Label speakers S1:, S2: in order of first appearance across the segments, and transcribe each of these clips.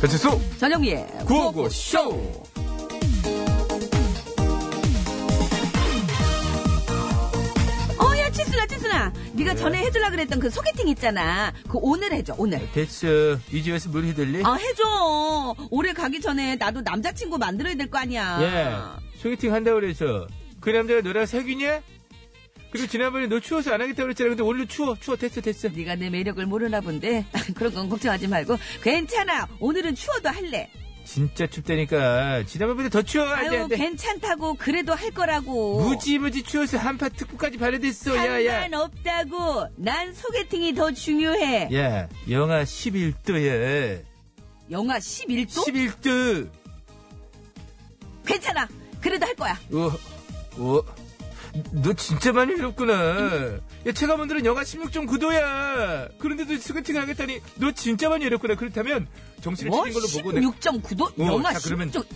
S1: 배치수
S2: 전영미의
S1: 구호구쇼
S2: 어야 치순아 치순아 네가 전에 해주려 그랬던 그 소개팅 있잖아 그 오늘 해줘 오늘
S1: 대츠 위즈에서 네, 물 휘둘리
S2: 아 해줘 올해 가기 전에 나도 남자친구 만들어야 될 거 아니야
S1: 예 소개팅 한다고 그래서 그 남자가 너랑 사귀냐? 그리고 지난번에 너 추워서 안 하겠다고 그랬잖아 근데 오늘도 추워 추워 됐어 됐어
S2: 네가 내 매력을 모르나 본데 그런 건 걱정하지 말고 괜찮아 오늘은 추워도 할래
S1: 진짜 춥다니까 지난번보다 더 추워 안돼
S2: 아유
S1: 안돼
S2: 괜찮다고 그래도 할 거라고
S1: 네, 무지무지 추워서 한파 특구까지 발효됐어 야야
S2: 상관없다고 난 소개팅이 더 중요해
S1: 야 영하 11도야
S2: 영하 11도?
S1: 11도
S2: 괜찮아 그래도 할 거야
S1: 어, 어, 너 진짜 많이 외롭구나. 야, 제가 만드는 영하 16.9도야. 그런데도 소개팅 하겠다니, 너 진짜 많이 외롭구나. 그렇다면, 정신을
S2: 뭐?
S1: 차린 걸로 보고. 내...
S2: 16.9도?
S1: 어,
S2: 영하
S1: 자, 그러면
S2: 16.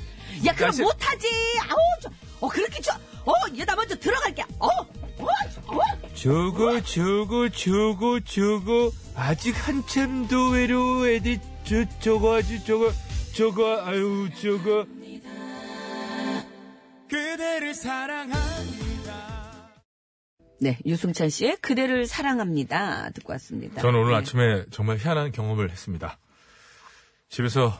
S2: 야, 그럼
S1: 날씨-
S2: 못하지. 아우, 저, 어, 그렇게 저, 어, 얘 나 먼저 들어갈게. 어, 어, 어.
S1: 저거, 저거, 저거, 저거. 아직 한참 더 외로워, 애들. 저, 저거, 아주 저거, 저거, 아유, 저거. 그대를 사랑합니다.
S2: 네, 유승찬 씨의 그대를 사랑합니다. 듣고 왔습니다.
S3: 저는 오늘
S2: 네.
S3: 아침에 정말 희한한 경험을 했습니다. 집에서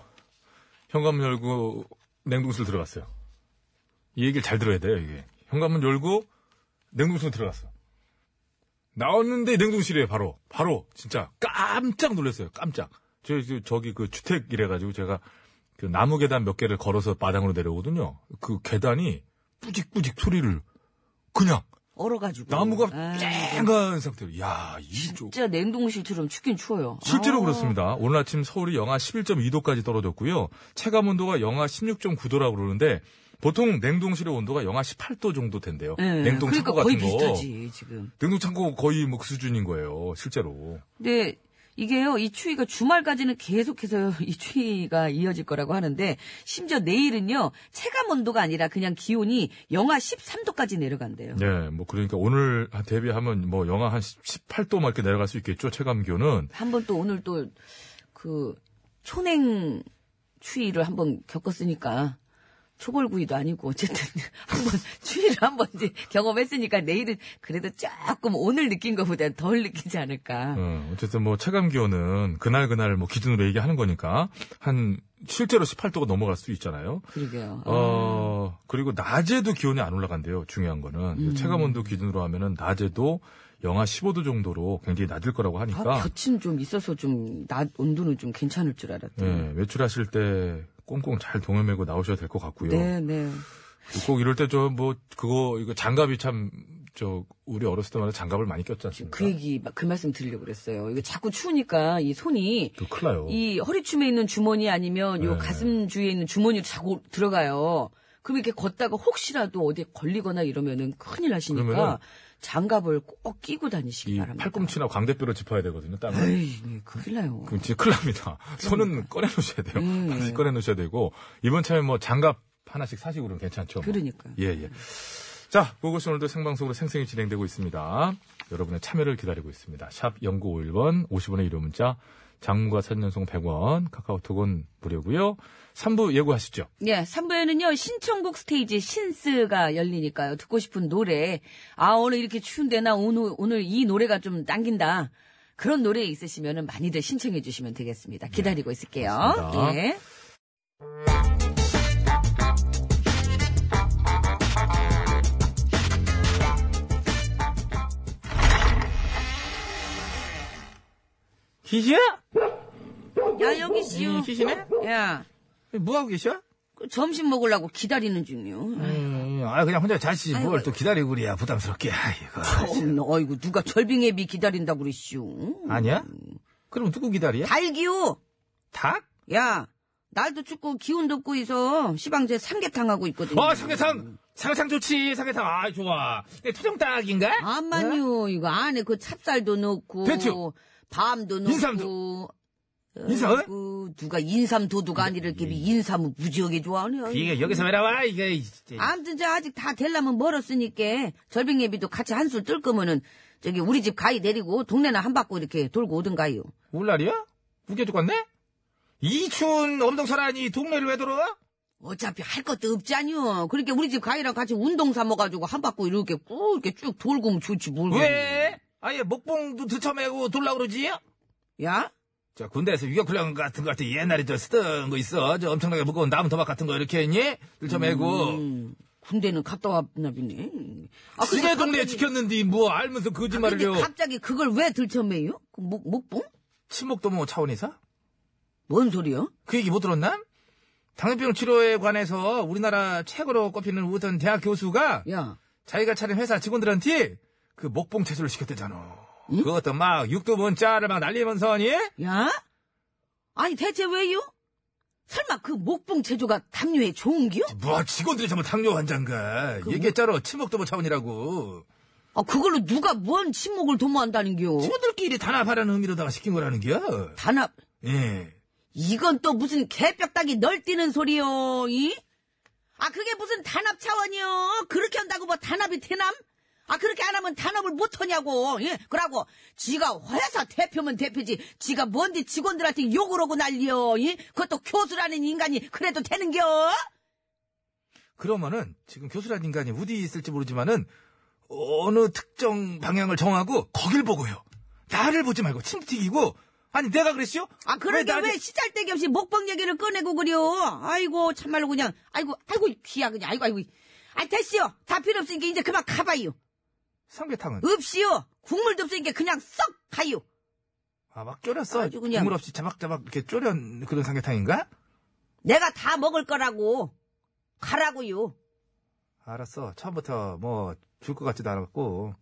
S3: 현관문 열고 냉동실 들어갔어요. 이 얘기를 잘 들어야 돼요, 이게. 현관문 열고 냉동실 들어갔어. 나왔는데 냉동실이에요, 바로. 바로. 진짜 깜짝 놀랐어요, 깜짝. 저, 저, 저기 그 주택 이래가지고 제가 그 나무 계단 몇 개를 걸어서 마당으로 내려오거든요. 그 계단이 뿌직뿌직 소리를 그냥
S2: 얼어가지고.
S3: 나무가
S2: 아,
S3: 쨍한 상태로. 야, 이쪽.
S2: 진짜 냉동실처럼 춥긴 추워요.
S3: 실제로
S2: 아.
S3: 그렇습니다. 오늘 아침 서울이 영하 11.2도까지 떨어졌고요. 체감 온도가 영하 16.9도라고 그러는데 보통 냉동실의 온도가 영하 18도 정도 된대요.
S2: 네,
S3: 냉동
S2: 그러니까
S3: 창고
S2: 거의
S3: 같은 거.
S2: 비슷하지, 지금.
S3: 냉동 창고 거의 뭐그 수준인 거예요. 실제로.
S2: 근데 네, 이게요, 이 추위가 주말까지는 계속해서 이 추위가 이어질 거라고 하는데, 심지어 내일은요, 체감 온도가 아니라 그냥 기온이 영하 13도까지 내려간대요.
S3: 네, 뭐 그러니까 오늘 대비하면 뭐 영하 한 18도 막 이렇게 내려갈 수 있겠죠. 체감 기온은.
S2: 한 번 또 오늘 또 그 초냉 추위를 한 번 겪었으니까 초벌구이도 아니고 어쨌든 한 번 추위를 한 번 이제 경험했으니까 내일은 그래도 조금 오늘 느낀 것보다 덜 느끼지 않을까.
S3: 어, 어쨌든 뭐 체감 기온은 그날 그날 뭐 기준으로 얘기하는 거니까 한 실제로 18도가 넘어갈 수 있잖아요.
S2: 그러게요.
S3: 어, 그리고 낮에도 기온이 안 올라간대요. 중요한 거는.
S2: 음.
S3: 체감온도 기준으로 하면은 낮에도 영하 15도 정도로 굉장히 낮을 거라고
S2: 아,
S3: 하니까.
S2: 볕은 좀 있어서 좀 낮 온도는 좀 괜찮을 줄 알았더니.
S3: 예, 외출하실 때 꽁꽁 잘 동여매고 나오셔야 될 것 같고요.
S2: 네, 네.
S3: 꼭 이럴 때 저 뭐 그거 이거 장갑이 참 저 우리 어렸을 때마다 장갑을 많이 꼈지 않습니까?
S2: 그 얘기 막- 그 말씀 드리려고 그랬어요. 이거 자꾸 추우니까 이 손이
S3: 또 큰일 나요.
S2: 이 허리춤에 있는 주머니 아니면 요
S3: 네.
S2: 가슴 주위에 있는 주머니로 자고 들어가요. 그럼 이렇게 걷다가 혹시라도 어디 걸리거나 이러면은 큰일 나시니까
S3: 그러면은
S2: 장갑을 꼭 끼고 다니시기
S3: 이
S2: 바랍니다.
S3: 팔꿈치나 광대뼈로 짚어야 되거든요. 땀을.
S2: 에이, 네, 큰일 나요.
S3: 그럼 진짜 큰일 납니다. 손은 꺼내놓으셔야 돼요.
S2: 음.
S3: 반드시 꺼내놓으셔야 되고, 이번 참에 뭐 장갑 하나씩 사시고 그러면 괜찮죠. 뭐.
S2: 그러니까.
S3: 예, 예. 자, 그것이 오늘도 생방송으로 생생히 진행되고 있습니다. 여러분의 참여를 기다리고 있습니다. 샵 0951번, 50원의 유료 문자, 장문과 사진연송 100원, 카카오톡은 무료고요 3부 예고하시죠.
S2: 예, 3부에는요, 신청곡 스테이지 신스가 열리니까요. 듣고 싶은 노래. 아, 오늘 이렇게 추운데 나 오늘, 오늘 이 노래가 좀 당긴다. 그런 노래 있으시면 많이들 신청해 주시면
S1: 네,
S2: 되겠습니다. 기다리고 있을게요.
S3: 그렇습니다.
S2: 예.
S1: 기시야?
S2: 야,
S1: 어,
S2: 여기
S1: 예,
S2: 씨요.
S1: 기시네?
S2: 야,
S1: 뭐하고 계셔?
S2: 그 점심 먹으려고 기다리는 중이요.
S1: 음, 아, 그냥 혼자 자시지. 뭘 또 기다리고 그래야 부담스럽게. 아이고.
S2: 음, 어머나, 어이구, 누가 절빙애비 기다린다고 그러시오.
S1: 아니야? 그럼 누구 기다려?
S2: 달기요!
S1: 닭?
S2: 야, 날도 춥고 기운도 없고 해서 시방제 삼계탕 하고 있거든요.
S1: 어, 삼계탕! 삼계탕 좋지, 삼계탕. 아, 좋아. 내 투정닭인가? 네?
S2: 아만요, 이거 안에 그 찹쌀도 넣고.
S1: 대추.
S2: 밤도 넣고.
S1: 인삼도. 네? 인삼?
S2: 아이고, 누가 인삼 도둑 아니를
S1: 예.
S2: 끼리 인삼을 무지하게 좋아하냐.
S1: 이게 여기서 왜 나와? 이게. 진짜.
S2: 아무튼 저 아직 다 되려면 멀었으니까 절빙예비도 같이 한술 뜰 거면은 저기 우리 집 가위 내리고 동네나 한 바퀴 이렇게 돌고 오든가요.
S1: 울날이야? 우겨죽겠네 이 추운 엄동설안이 동네를 왜 들어와?
S2: 어차피 할 것도 없지 않요. 그렇게 우리 집 가이랑 같이 운동 삼아가지고 한 바퀴 이렇게 꾹 이렇게 쭉 돌고 면 좋지 뭘. 음.
S1: 왜? 아예 목봉도 들쳐매고 돌라 그러지?
S2: 야?
S1: 저 군대에서 유격훈련 같은 거 할 때 옛날에 저 쓰던 거 있어. 저 엄청나게 무거운 나무 도박 같은 거 이렇게 했니? 들쳐매고.
S2: 음, 군대는 갔다 왔나 보네. 아,
S1: 지네 동네에 지켰는데 뭐 알면서
S2: 근데
S1: 거짓말을요.
S2: 갑자기 그걸 왜 들쳐매요? 그 목, 목봉?
S1: 친목도모 뭐 차원에서?
S2: 뭔 소리요?
S1: 그 얘기 못 들었나? 당뇨병 치료에 관해서 우리나라 최고로 꼽히는 우선 대학 교수가
S2: 야,
S1: 자기가 차린 회사 직원들한테 그 목봉 채소를 시켰대잖아. 그것도 막 육두문 자를 막 날리면서 하니?
S2: 야? 아니 대체 왜요? 설마 그 목봉 제조가 담요에 좋은 기요?
S1: 뭐 직원들이 정말 당뇨 환자인가.
S2: 그
S1: 얘기했잖아. 친목도모 차원이라고.
S2: 아 그걸로 누가 뭔 침묵을 도모한다는 기요?
S1: 친구들끼리 단합하라는 의미로다가 시킨 거라는 겨.
S2: 단합
S1: 예.
S2: 이건 또 무슨 개뼈딱이 널뛰는 소리요, 이? 아, 그게 무슨 단합 차원이요? 그렇게 한다고 뭐 단합이 되남? 아, 그렇게 안 하면 단합을 못하냐고, 예? 그러고, 지가 회사 대표면 대표지, 지가 뭔데 직원들한테 욕을 하고 난리요, 예? 그것도 교수라는 인간이 그래도 되는겨?
S1: 그러면은 지금 교수란 인간이 어디 있을지 모르지만은 어느 특정 방향을 정하고 거길 보고요. 나를 보지 말고 침 튀기고 아니 내가 그랬어요?
S2: 아, 그러게 왜,
S1: 나한테-
S2: 시잘데기 없이 목방 얘기를 꺼내고 그려? 아이고, 참말로 그냥, 아이고, 아이고, 귀야, 그냥, 아이고, 아이고. 아, 됐어요. 다 필요 없으니까 이제 그만 가봐요.
S1: 삼계탕은
S2: 없이요. 국물도 없으니까 그냥 썩 가요.
S1: 아막 졸였어.
S2: 아주 그냥-
S1: 국물 없이 자박자박 이렇게 졸연 그런 삼계탕인가?
S2: 내가 다 먹을 거라고. 가라고요.
S1: 알았어. 처음부터 뭐 줄 것 같지도 않았고.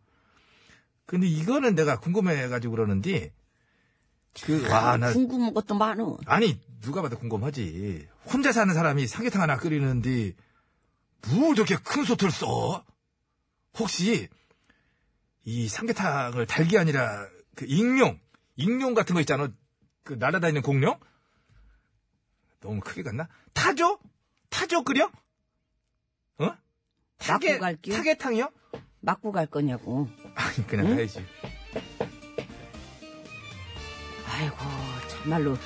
S1: 근데 이거는 내가 궁금해가지고 그러는데 아,
S2: 아,
S1: 그와나
S2: 궁금한 것도 많어.
S1: 아니 누가 봐도 궁금하지. 혼자 사는 사람이 삼계탕 하나 끓이는데 뭘 저렇게 큰 소틀 써? 혹시 이 삼계탕을 달기 아니라 그 익룡, 익룡 같은 거 있잖아. 그 날아다니는 공룡? 너무 크게 갔나? 타조? 타조 끓여? 어?
S2: 갖고 갈게요.
S1: 타계탕이요?
S2: 맞고 갈 거냐고.
S1: 아니 그냥 가야지.
S2: 아이고, 참말로.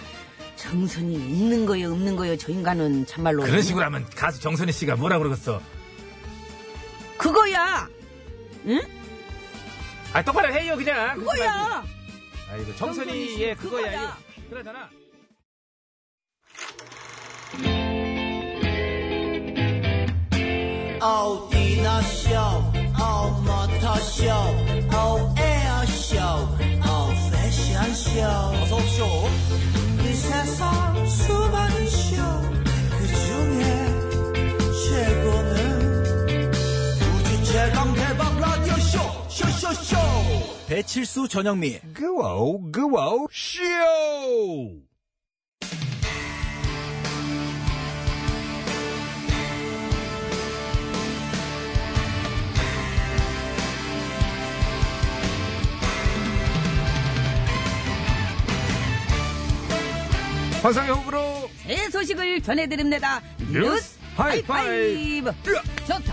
S2: 정선이 있는 거요, 없는 거요, 저 인간은 참말로.
S1: 그런 식으로 하면 가수 정선희 씨가 뭐라 그러겠어?
S2: 그거야!
S1: 아 똑바로 해요 그냥.
S2: 그거야!
S1: 아이고
S2: 정선희 씨,
S1: 정선이의 그거야.
S2: 그거다.
S1: 이거. 그러잖아.
S4: 어디나 쇼, 어머터 쇼, 어에어 쇼, 어 패션 쇼. 어서 쇼. 이 세상 수많은 쇼, 그 중에 최고는 우주 최강 대박 라디오 쇼, 쇼쇼쇼. 배칠수 전영미.
S1: 그와우 그와우 쇼 환상의 호불호
S2: 새 소식을 전해드립니다.
S1: 뉴스 하이파이브.
S2: 좋다.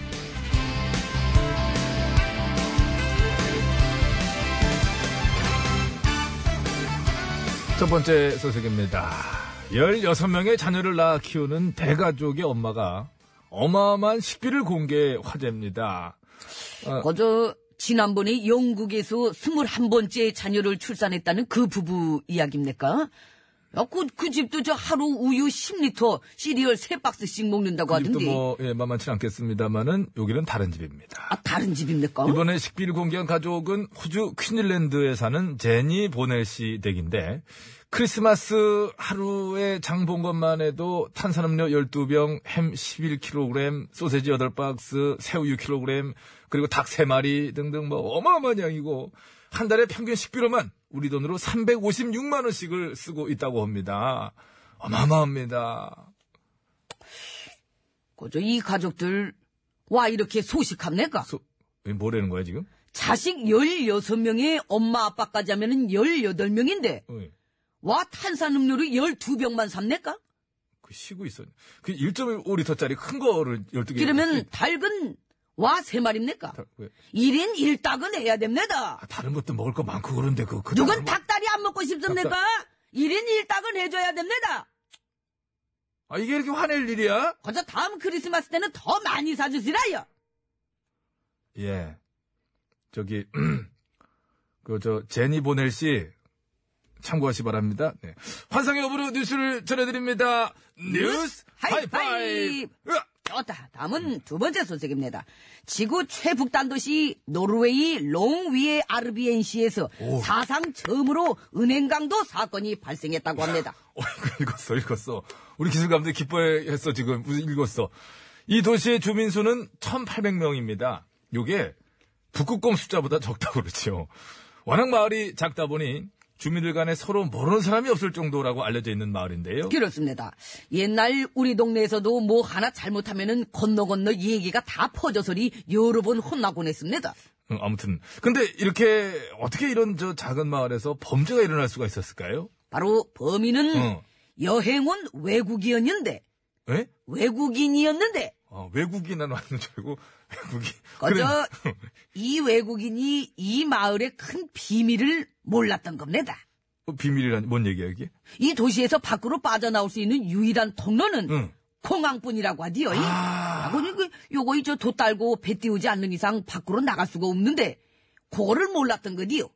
S3: 첫 번째 소식입니다. 16명의 자녀를 낳아 키우는 대가족의 엄마가 어마어마한 식비를 공개 화제입니다.
S2: 어저 지난번에 영국에서 21번째 자녀를 출산했다는 그 부부 이야기입니까? 야, 그, 그 집도 저 하루 우유 10리터 시리얼 3박스씩 먹는다고
S3: 집도
S2: 하던데.
S3: 뭐, 예, 만만치 않겠습니다만은 여기는 다른 집입니다.
S2: 아, 다른 집입니까?
S3: 이번에 식비를 공개한 가족은 호주 퀸즐랜드에 사는 제니 보넬 씨 댁인데 크리스마스 하루에 장 본 것만 해도 탄산음료 12병, 햄 11kg, 소세지 8박스, 새우 6kg, 그리고 닭 3마리 등등 뭐 어마어마한 양이고 한 달에 평균 식비로만 우리 돈으로 356만 원씩을 쓰고 있다고 합니다. 어마어마합니다.
S2: 그저 이 가족들, 와, 이렇게 소식합니까?
S3: 소, 이게 뭐라는 거야 지금?
S2: 자식 16명에 엄마 아빠까지 하면은 18명인데,
S3: 어이. 예.
S2: 와, 탄산음료를 12병만 삽니까?
S3: 그 쉬고 있어. 그 1.5리터짜리 큰 거를 12개.
S2: 그러면 닭은 와 3마리입니까?
S3: 다- 왜?
S2: 1인 1닭은 해야 됩니다.
S3: 아, 다른 것도 먹을 거 많고 그런데 그,
S1: 뭐-
S3: 그
S2: 누군
S3: 다른 거-
S2: 닭다리 안 먹고 싶습니까? 1인 1닭은 해줘야 됩니다.
S1: 아, 이게 이렇게 화낼 일이야?
S2: 거저 다음 크리스마스 때는 더 많이 사주시라요.
S1: 예. 저기, 그, 저, 제니 보넬 씨, 참고하시 바랍니다. 네. 환상의 업으로 뉴스를 전해드립니다. 뉴스
S2: 하이파이브!
S1: 하이파이브! 으악!
S2: 좋다. 다음은 두 번째 소식입니다. 지구 최북단 도시 노르웨이 롱위에 아르비엔시에서
S1: 오.
S2: 사상 처음으로 은행 강도 사건이 발생했다고 합니다.
S3: 어, 이거 읽었어, 읽었어. 우리 기술감독 기뻐했어, 지금. 무슨 읽었어. 이 도시의 주민 수는 1,800명입니다. 요게 북극곰 숫자보다 적다고 그러죠. 워낙 마을이 작다 보니 주민들 간에 서로 모르는 사람이 없을 정도라고 알려져 있는 마을인데요.
S2: 그렇습니다. 옛날 우리 동네에서도 뭐 하나 잘못하면은 건너 건너 얘기가 다 퍼져서리 여러 번 혼나곤 했습니다.
S3: 음, 아무튼. 근데 이렇게 어떻게 이런 저 작은 마을에서 범죄가 일어날 수가 있었을까요?
S2: 바로 범인은
S3: 어.
S2: 여행 온 외국인이었는데
S3: 예?
S2: 외국인이었는데
S3: 아, 외국인 난 왔는 줄 알고 외국인.
S2: 거저
S3: 그래.
S2: 이 외국인이 이 마을의 큰 비밀을 몰랐던 겁니다.
S3: 어, 비밀이란 뭔 얘기야 이게?
S2: 이 도시에서 밖으로 빠져나올 수 있는 유일한 통로는
S3: 응. 아.
S2: 공항뿐이라고 하디요. 라고 이거 그 요거 이저 돛 달고 배 띄우지 않는 이상 밖으로 나갈 수가 없는데 그거를 몰랐던 거디요.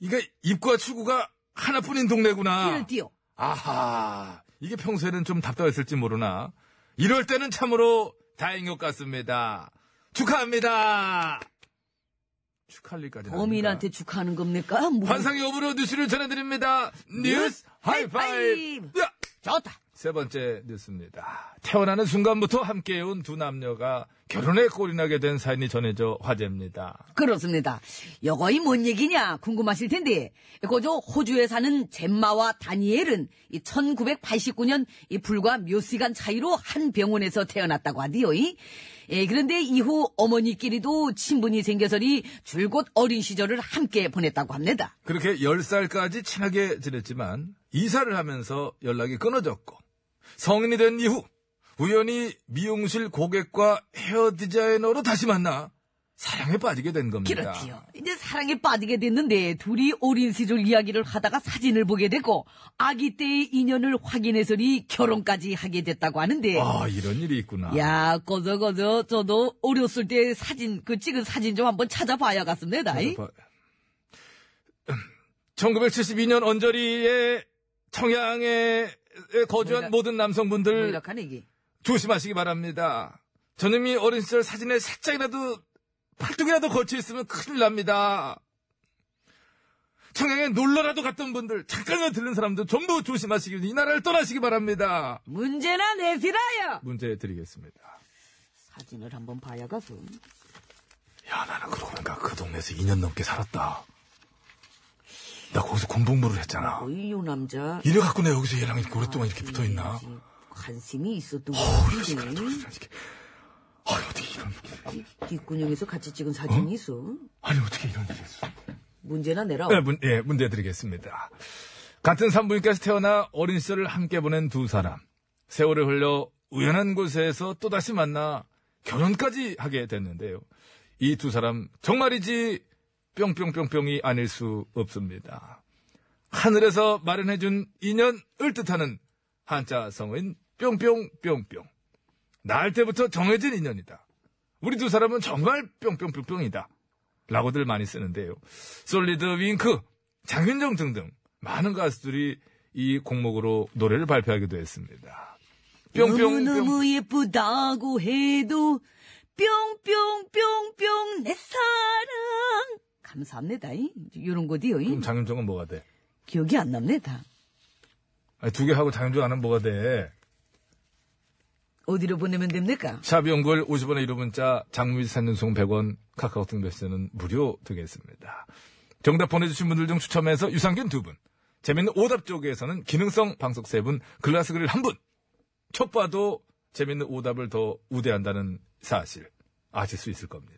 S3: 이게 입구와 출구가 하나뿐인 동네구나.
S2: 이럴디요.
S3: 아하, 이게 평소에는 좀 답답했을지 모르나 이럴 때는 참으로 다행인 것 같습니다. 축하합니다. 축할 일까지
S2: 범인한테 축하하는 겁니까? 뭐.
S3: 환상의 오브로 뉴스를 전해드립니다. 뉴스 하이파이브.
S2: 하이파이브.
S3: 야!
S2: 좋다.
S3: 세 번째 뉴스입니다. 태어나는 순간부터 함께해온 두 남녀가 결혼에 꼴이 나게 된 사연이 전해져 화제입니다.
S2: 그렇습니다. 여거이 뭔 얘기냐 궁금하실 텐데 거저 호주에 사는 젬마와 다니엘은 이 1989년 이 불과 몇 시간 차이로 한 병원에서 태어났다고 하디요. 이. 예, 그런데 이후 어머니끼리도 친분이 생겨서니 줄곧 어린 시절을 함께 보냈다고 합니다.
S3: 그렇게 10살까지 친하게 지냈지만 이사를 하면서 연락이 끊어졌고 성인이 된 이후 우연히 미용실 고객과 헤어 디자이너로 다시 만나 사랑에 빠지게 된 겁니다.
S2: 그렇지요. 이제 사랑에 빠지게 됐는데 둘이 어린 시절 이야기를 하다가 사진을 보게 되고 아기 때의 인연을 확인해서니 결혼까지 하게 됐다고 하는데
S3: 아, 이런 일이 있구나.
S2: 야, 거저, 거저, 저도 어렸을 때 사진, 그 찍은 사진 좀 한번 찾아봐야 겠습니다
S3: 1972년 언저리의 청양에 거주한
S2: 뭐이라-
S3: 모든 남성분들
S2: 뭐 이렇게 이게.
S3: 조심하시기 바랍니다. 저놈이 어린 시절 사진에 살짝이라도 팔뚝이라도 거치 있으면 큰일 납니다. 청양에 놀러라도 갔던 분들, 잠깐만 들른 사람들 전부 조심하시길 이 나라를 떠나시기 바랍니다.
S2: 문제나 내시라요!
S3: 문제 드리겠습니다.
S2: 사진을 한번 봐야 겠음
S3: 야, 나는 그러고 보니까 그 동네에서 2년 넘게 살았다. 나 거기서 공복무를 했잖아.
S2: 어이, 요 남자.
S3: 이래갖고 내가 여기서 얘랑 이렇게 오랫동안 이렇게 붙어 있나?
S2: 이제 관심이 있었던
S3: 어휴,
S2: 거지.
S3: 시간이 이렇게. 아니, 어떻게 이런 일이.
S2: 뒷구녕에서 같이 찍은 사진이 있어.
S3: 아니, 어떻게 이런 일이 있어.
S2: 문제나 내라.
S3: 네, 문, 예, 문제 드리겠습니다. 같은 산부인과에서 태어나 어린 시절을 함께 보낸 두 사람. 세월을 흘려 우연한 곳에서 또다시 만나 결혼까지 하게 됐는데요. 이 두 사람 정말이지 뿅뿅뿅뿅이 아닐 수 없습니다. 하늘에서 마련해준 인연을 뜻하는 한자성어인 뿅뿅뿅뿅. 날 때부터 정해진 인연이다. 우리 두 사람은 정말 뿅뿅뿅뿅이다. 라고들 많이 쓰는데요. 솔리드 윙크, 장윤정 등등 많은 가수들이 이 곡목으로 노래를 발표하기도 했습니다. 뿅뿅뿅.
S2: 너무너무 예쁘다고 해도 뿅뿅뿅뿅 내 사랑. 감사합니다. 이. 요런 거디요. 이.
S3: 그럼 장윤정은 뭐가 돼?
S2: 기억이 안 납니다.
S3: 두 개 하고 장윤정 안 하면 뭐가 돼?
S2: 어디로 보내면 됩니까?
S3: 샵 연글 50원의 1호 문자, 장미 산윤송 100원, 카카오톡 메시지는 무료 되겠습니다. 정답 보내주신 분들 중 추첨해서 유산균 두 분, 재밌는 오답 쪽에서는 기능성 방석 세 분, 글라스 그릴 한 분. 촉봐도 재밌는 오답을 더 우대한다는 사실 아실 수 있을 겁니다.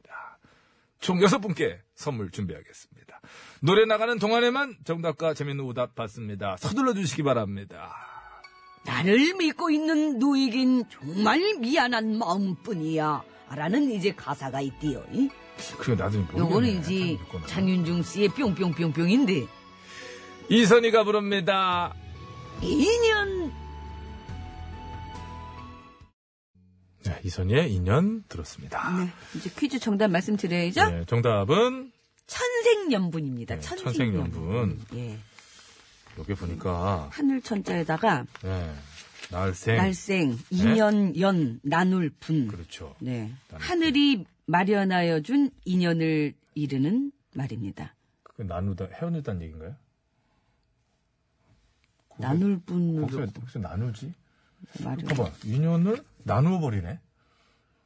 S3: 총 여섯 분께 선물 준비하겠습니다. 노래 나가는 동안에만 정답과 재밌는 오답 받습니다. 서둘러 주시기 바랍니다.
S2: 나를 믿고 있는 누이긴 정말 미안한 마음뿐이야. 라는 이제 가사가 있디요. 이?
S3: 그리고 나중에 모르겠네.
S2: 요거는 이제
S3: 참여권.
S2: 장윤중 씨의 뿅뿅뿅뿅인데
S3: 이선희가 부릅니다.
S2: 인연
S3: 네, 이선희의 인연 들었습니다.
S2: 네, 이제 퀴즈 정답 말씀드려야죠.
S3: 네, 정답은
S2: 천생연분입니다.
S3: 네,
S2: 천생연분.
S3: 천생연분.
S2: 예.
S3: 여기 보니까
S2: 하늘 천자에다가
S3: 네, 날생
S2: 날생, 인연, 연, 나눌, 분.
S3: 그렇죠.
S2: 네.
S3: 나눌
S2: 하늘이 마련하여 준 인연을 이르는 말입니다.
S3: 그 나누다 헤어졌다는 얘기인가요? 그거-
S2: 나눌 분으로
S3: 거기서, 거기서 나누지?
S2: 마련.
S3: 봐봐 인연을 나누어 버리네.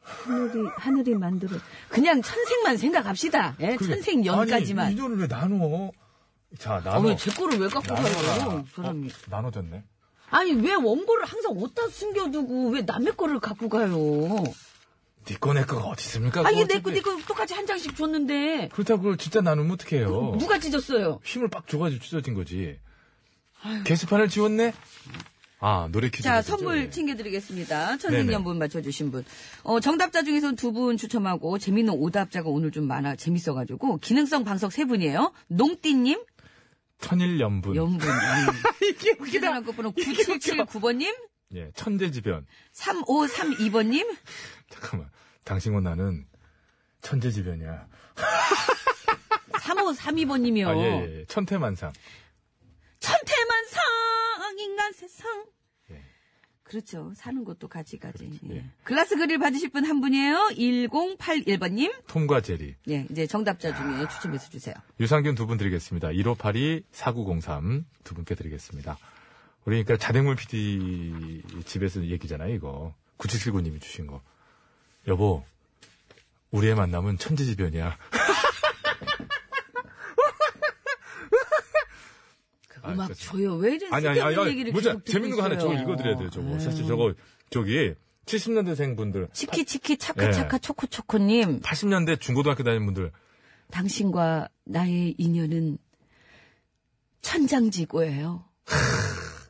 S2: 하늘이, 하늘이 만들어. 그냥 천생만 생각합시다. 예,
S3: 그게-
S2: 천생연까지만.
S3: 아니, 인연을 왜 나누어? 자
S2: 아,
S3: 나눠.
S2: 왜제 거를 왜 갖고
S3: 나눠라.
S2: 가요, 이 사람이.
S3: 어, 나눠졌네.
S2: 아니, 왜 원고를 항상 어디다 숨겨두고 왜 남의 거를 갖고 가요?
S3: 니꺼 내 거가 어디 있습니까?
S2: 아니,
S3: 그거
S2: 내 거,
S3: 어차피-
S2: 내 거 똑같이 한 장씩 줬는데.
S3: 그렇다고 그걸 진짜 나누면 어떡해요?
S2: 누가 찢었어요?
S3: 힘을 빡 줘가지고 찢어진 거지. 게시판을 지웠네? 아, 노래 퀴즈.
S2: 자,
S3: 문제죠?
S2: 선물
S3: 예.
S2: 챙겨드리겠습니다.
S3: 네네.
S2: 천생연분 맞춰주신 분. 어, 정답자 중에서 두 분 추첨하고, 재밌는 오답자가 오늘 좀 많아, 재밌어가지고, 기능성 방석 세 분이에요. 농띠님,
S3: 천일연분.
S2: 연분. 이게 웃기다. 끝번호 9779번님,
S3: 예, 천재지변.
S2: 3532번님,
S3: 잠깐만. 당신과 나는 천재지변이야.
S2: 3532번님이요.
S3: 아, 예, 예, 예. 천태만상.
S2: 천태만상, 인간 세상.
S3: 예.
S2: 그렇죠. 사는 것도 가지가지.
S3: 그렇죠. 예.
S2: 글라스 그릴 받으실 분 한 분이에요. 1081번님.
S3: 톰과 제리.
S2: 예, 이제 정답자 중에 추첨해서 주세요.
S3: 유산균 두 분 드리겠습니다. 1582-4903 두 분께 드리겠습니다. 우리 그러니까 자댕물 PD 집에서 얘기잖아요, 이거. 9779님이 주신 거. 여보, 우리의 만남은 천재지변이야. 아,
S2: 음악
S3: 그렇죠.
S2: 줘요. 왜 이런
S3: 아니, 아니, 아니,
S2: 쓸데없는
S3: 아니.
S2: 얘기를
S3: 뭐지?
S2: 계속 듣고
S3: 재밌는 거 하나
S2: 있어요.
S3: 저거
S2: 네.
S3: 읽어드려야 돼요, 저거. 사실 저거, 저기, 70년대생 분들,
S2: 치키 치키
S3: 예.
S2: 차카 차카 초코 초코님
S3: 80년대 중고등학교 다니는 분들,
S2: 당신과 나의 인연은 천장지고예요.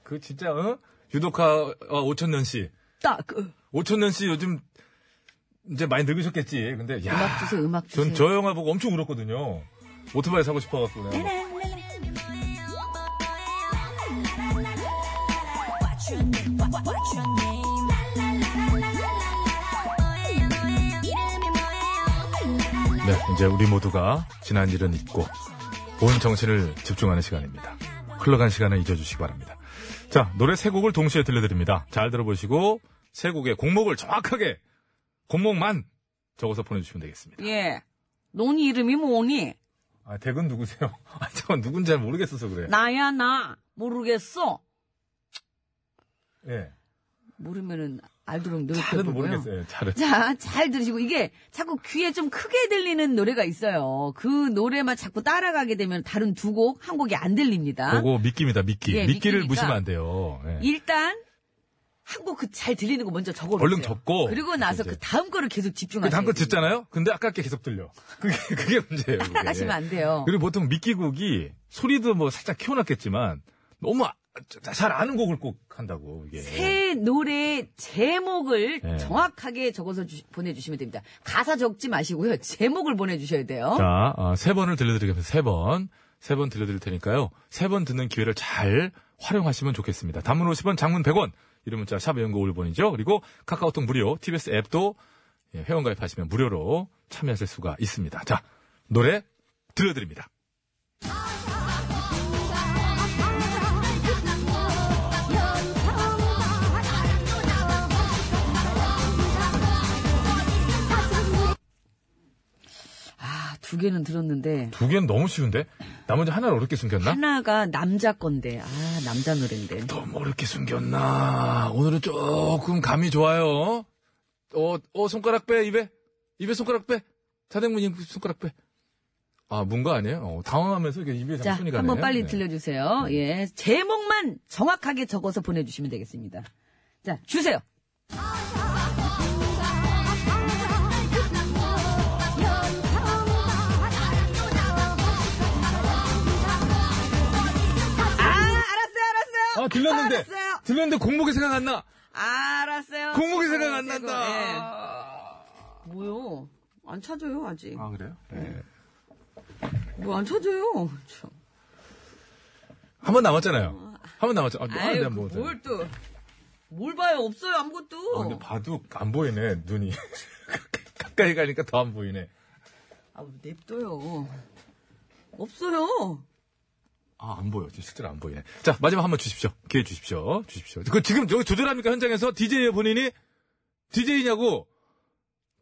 S3: 그 진짜, 어? 유독하, 어, 5천년 씨.
S2: 딱 어,
S3: 5천년 씨 요즘, 이제 많이 늙으셨겠지. 근데, 야.
S2: 음악 주세요. 음악 주세요.
S3: 전 저 영화 보고 엄청 울었거든요. 오토바이 사고
S2: 네.
S3: 싶어갖고 그냥 뭐 네, 이제 우리 모두가 지난 일은 잊고 온 정신을 집중하는 시간입니다. 흘러간 시간을 잊어주시기 바랍니다. 자, 노래 세 곡을 동시에 들려드립니다. 잘 들어보시고 세 곡의 곡목을 정확하게 곡목만 적어서 보내주시면 되겠습니다.
S2: 예. 논 이름이 뭐니?
S3: 아, 댁은 누구세요? 아, 잠깐 누군지 잘 모르겠어서 그래.
S2: 나야 나 모르겠어.
S3: 예.
S2: 모르면은 알도록
S3: 잘은
S2: 노력해보고요.
S3: 모르겠어요. 예, 잘은.
S2: 자, 잘 들으시고 이게 자꾸 귀에 좀 크게 들리는 노래가 있어요. 그 노래만 자꾸 따라가게 되면 다른 두 곡 한 곡이 안 들립니다.
S3: 그거 미끼입니다, 미끼.
S2: 예,
S3: 미끼를
S2: 미끼니까.
S3: 무시면 안 돼요. 예.
S2: 일단 한 곡 그 잘 들리는 거 먼저 적어 놓으세요.
S3: 얼른 적고.
S2: 그리고 나서
S3: 이제.
S2: 그 다음 거를 계속 집중하세요.
S3: 그 다음 거 듣잖아요? 근데 아깝게 계속 들려. 그게, 그게 문제예요. 그게.
S2: 따라가시면 안 돼요.
S3: 그리고 보통 미끼곡이 소리도 뭐 살짝 키워놨겠지만 너무 아- 잘 아는 곡을 꼭 한다고, 이게.
S2: 새 노래 제목을
S3: 예.
S2: 정확하게 적어서 주- 보내주시면 됩니다. 가사 적지 마시고요. 제목을 보내주셔야 돼요.
S3: 자, 어, 세 번을 들려드리겠습니다. 세 번. 세 번 들려드릴 테니까요. 세 번 듣는 기회를 잘 활용하시면 좋겠습니다. 단문 50원, 장문 100원. 이름 문자 샵 연구 5번이죠. 그리고 카카오톡 무료, TBS 앱도 예, 회원가입하시면 무료로 참여하실 수가 있습니다. 자, 노래 들려드립니다.
S2: 아, 두 개는 들었는데.
S3: 두 개는 너무 쉬운데? 나머지 하나를 어렵게 숨겼나?
S2: 하나가 남자 건데, 아, 남자 노래인데.
S3: 너무 어렵게 숨겼나? 오늘은 조금 감이 좋아요. 어, 어, 손가락 빼, 입에. 입에 손가락 빼. 차댕문님 손가락 빼. 아, 뭔가 아니에요? 어, 당황하면서 이게 입에
S2: 자,
S3: 자꾸 손이 가네.
S2: 한번 빨리
S3: 네.
S2: 들려주세요. 예. 제목만 정확하게 적어서 보내주시면 되겠습니다. 자, 주세요. 아, 알았어요, 알았어요.
S3: 아, 들렸는데.
S2: 알았어요.
S3: 들렸는데 공목이 생각 안 나.
S2: 알았어요.
S3: 공목이 생각 안
S2: 새거,
S3: 난다.
S2: 예. 뭐요? 안 찾아요, 아직.
S3: 아, 그래요?
S2: 뭐 안 찾아요. 참.
S3: 한 번 남았잖아요. 한 번 남았죠. 아, 아,
S2: 어. 아유, 그
S3: 내가 뭐,
S2: 뭘 또. 뭘 봐요? 없어요, 아무것도.
S3: 아, 근데 봐도 안 보이네, 눈이. 가까이 가니까 더 안 보이네.
S2: 아, 냅둬요. 없어요.
S3: 아, 안 보여. 지금 실제로 안 보이네. 자, 마지막 한번 주십시오. 기회 주십시오. 주십시오. 그, 지금 저기 조절합니까? 현장에서? DJ에 본인이? DJ냐고?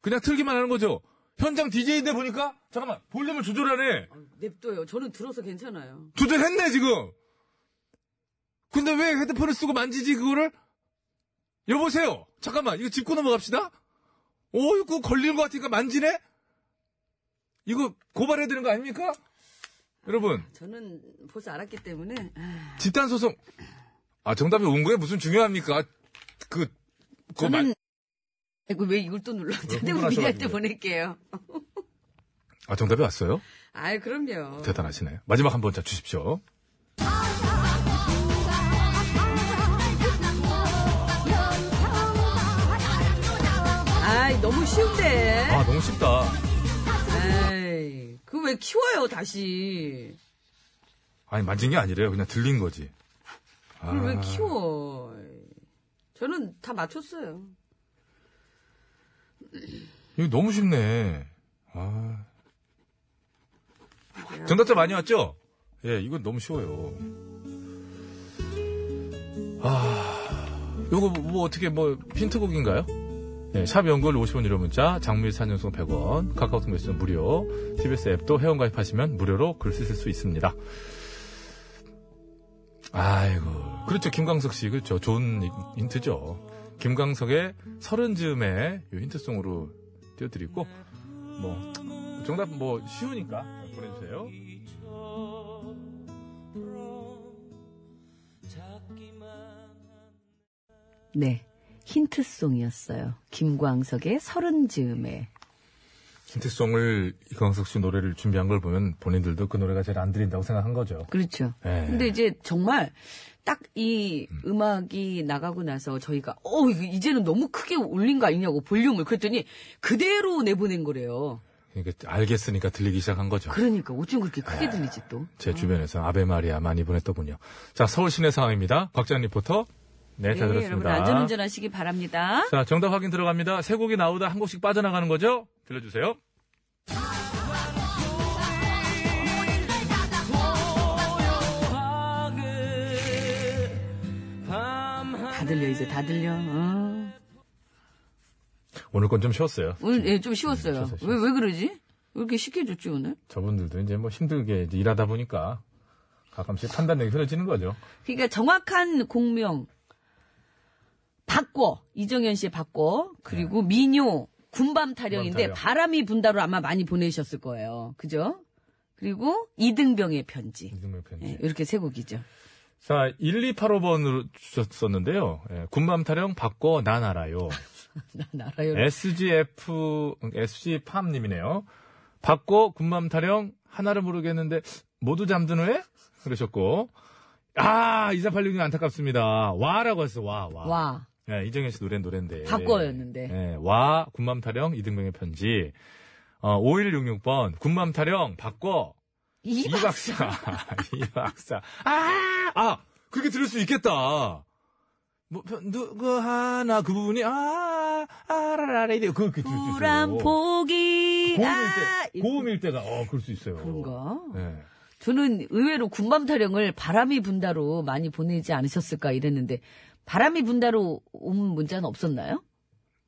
S3: 그냥 틀기만 하는 거죠? 현장 DJ인데 보니까? 잠깐만, 볼륨을 조절하네.
S2: 아, 냅둬요. 저는 들어서 괜찮아요.
S3: 조절했네, 지금! 근데 왜 헤드폰을 쓰고 만지지, 그거를? 여보세요! 잠깐만, 이거 짚고 넘어갑시다? 오, 이거 걸리는 것 같으니까 만지네? 이거 고발해야 되는 거 아닙니까? 여러분.
S2: 저는 벌써 알았기 때문에. 아,
S3: 집단 소송. 아 정답이 온 거에 무슨 중요합니까? 그 그거 말.
S2: 저는. 이거 왜 이걸 또 눌러? 제대로
S3: 흥분하셔가지고.
S2: 미디한테 보낼게요.
S3: 아 정답이 왔어요?
S2: 아이, 그럼요.
S3: 대단하시네. 마지막 한 번 자 주십시오.
S2: 아이, 너무 쉬운데.
S3: 아 너무 쉽다.
S2: 에이, 그 왜 키워요, 다시.
S3: 아니 만진 게 아니래요. 그냥 들린 거지.
S2: 그걸
S3: 아.
S2: 왜 키워. 저는 다 맞췄어요.
S3: 이거 너무 쉽네. 아 정답자 많이 왔죠? 예, 이건 너무 쉬워요. 아 요거 뭐 어떻게 뭐 핀트곡인가요? 네, 샵 연구일 50원 유료 문자, 장미 4년송 100원, 카카오톡 메시지는 무료, TBS 앱도 회원가입하시면 무료로 글 쓰실 수 있습니다. 아이고. 그렇죠. 김광석 씨. 그렇죠. 좋은 힌트죠. 김광석의 서른 즈음에 요 힌트송으로 띄워드리고, 뭐, 정답 뭐 쉬우니까 보내주세요.
S2: 네. 힌트송이었어요. 김광석의 서른 즈음에.
S3: 힌트송을 이광석 씨 노래를 준비한 걸 보면 본인들도 그 노래가 제일 안 들린다고 생각한 거죠.
S2: 그렇죠.
S3: 예.
S2: 근데 이제 정말 딱 이 음악이 나가고 나서 저희가, 어, 이거 이제는 너무 크게 올린 거 아니냐고 볼륨을. 그랬더니 그대로 내보낸 거래요.
S3: 그러니까 알겠으니까 들리기 시작한 거죠.
S2: 그러니까 어쩜 그렇게
S3: 아.
S2: 크게 들리지 또.
S3: 제 주변에서 아베마리아 많이 보냈더군요. 자, 서울 시내 상황입니다. 곽재현 리포터. 네, 잘 들었습니다.
S2: 예, 여러분 안전운전 하시기 바랍니다.
S3: 자, 정답 확인 들어갑니다. 세 곡이 나오다 한 곡씩 빠져나가는 거죠? 들려주세요.
S2: 다 들려, 이제 다 들려. 어.
S3: 오늘 건 좀 쉬웠어요.
S2: 오늘 예, 좀 쉬웠어요.
S3: 쉬웠어요,
S2: 왜, 왜 그러지? 왜 이렇게 쉽게 줬지, 오늘?
S3: 저분들도 이제 뭐 힘들게 이제 일하다 보니까 가끔씩 판단력이 흐려지는 거죠.
S2: 그러니까 정확한 공명. 바꿔. 이정현 씨의 바꿔. 그리고 민요. 군밤 타령인데
S3: 네. 군밤 타령.
S2: 바람이 분다로 아마 많이 보내셨을 거예요. 그죠? 그리고 이등병의 편지.
S3: 이승명 편지.
S2: 예, 이렇게 세 곡이죠.
S3: 자, 1285번으로 주셨었는데요. 예, 군밤 타령 바꿔 난 알아요.
S2: 난 알아요.
S3: SGF, SG팜님이네요. 받고 군밤 타령 하나를 모르겠는데 모두 잠든 후에 그러셨고 아 2486님 안타깝습니다. 와라고 했어 와 와.
S2: 와.
S3: 예, 이정현 씨 노래 노래인데
S2: 바꿔였는데.
S3: 예, 와 군밤 타령 이등병의 편지 어, 5166번 군밤 타령 바꿔
S2: 이 박-
S3: 이박사 이박사 아, 아 그렇게 들을 수 있겠다. 뭐 편- 누구 하나 그 부분이 아 아라라라 이래 그렇게 들을 수
S2: 푸란
S3: 있어요.
S2: 포기.
S3: 고음일
S2: 아!
S3: 때 고음일 때가 어 그럴 수 있어요.
S2: 그런가?
S3: 예.
S2: 저는 의외로 군밤 타령을 바람이 분다로 많이 보내지 않으셨을까 이랬는데 바람이 분다로 온 문자는 없었나요?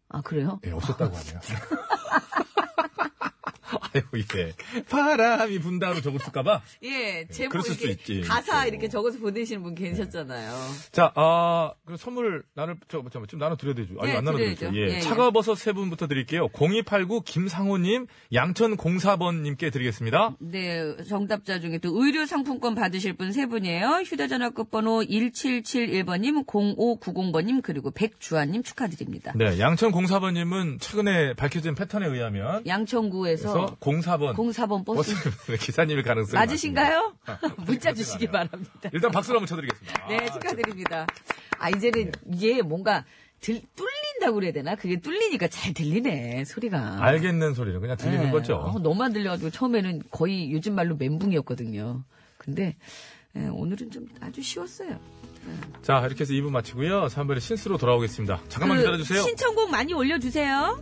S2: 아 그래요?
S3: 예, 없었다고 하네요. 아이고 이게 바람이 분다로 적었을까봐.
S2: 예, 제목
S3: 그랬을 수도
S2: 이렇게
S3: 있지. 그렇죠.
S2: 가사
S3: 또.
S2: 이렇게 적어서 보내시는 분 계셨잖아요.
S3: 자, 아, 그럼 선물 나눌, 저, 잠깐만, 지금 나눠드려야 되죠. 아니,
S2: 네,
S3: 안 나눠드렸죠.
S2: 드려야죠.
S3: 예.
S2: 예,
S3: 차가버섯 세 분부터 드릴게요. 0289 김상호님, 양천04번님께 드리겠습니다.
S2: 네, 정답자 중에 또 의류 상품권 받으실 분 세 분이에요. 휴대전화 끝번호 1771번님, 0590번님 그리고 백주환님 축하드립니다.
S3: 네, 양천04번님은 최근에 밝혀진 패턴에 의하면,
S2: 양천구에서
S3: 그래서 04번.
S2: 04번 버스
S3: 버스 기사님일 가능성이
S2: 맞으신가요? 문자
S3: 그렇진
S2: 주시기
S3: 않아요.
S2: 바랍니다.
S3: 일단 박수를 한번 쳐드리겠습니다.
S2: 네,
S3: 아, 네.
S2: 축하드립니다. 아, 이제는 이게 뭔가 들, 뚫린다고 그래야 되나? 그게 뚫리니까 잘 들리네, 소리가.
S3: 아, 알겠는 소리는 그냥 들리는
S2: 네.
S3: 거죠.
S2: 어, 너만 들려가지고 처음에는 거의 요즘 말로 멘붕이었거든요. 근데 예, 오늘은 좀 아주 쉬웠어요.
S3: 자, 이렇게 해서 2부 마치고요. 3부에 신스로 돌아오겠습니다. 잠깐만
S2: 그
S3: 기다려주세요.
S2: 신청곡 많이 올려주세요.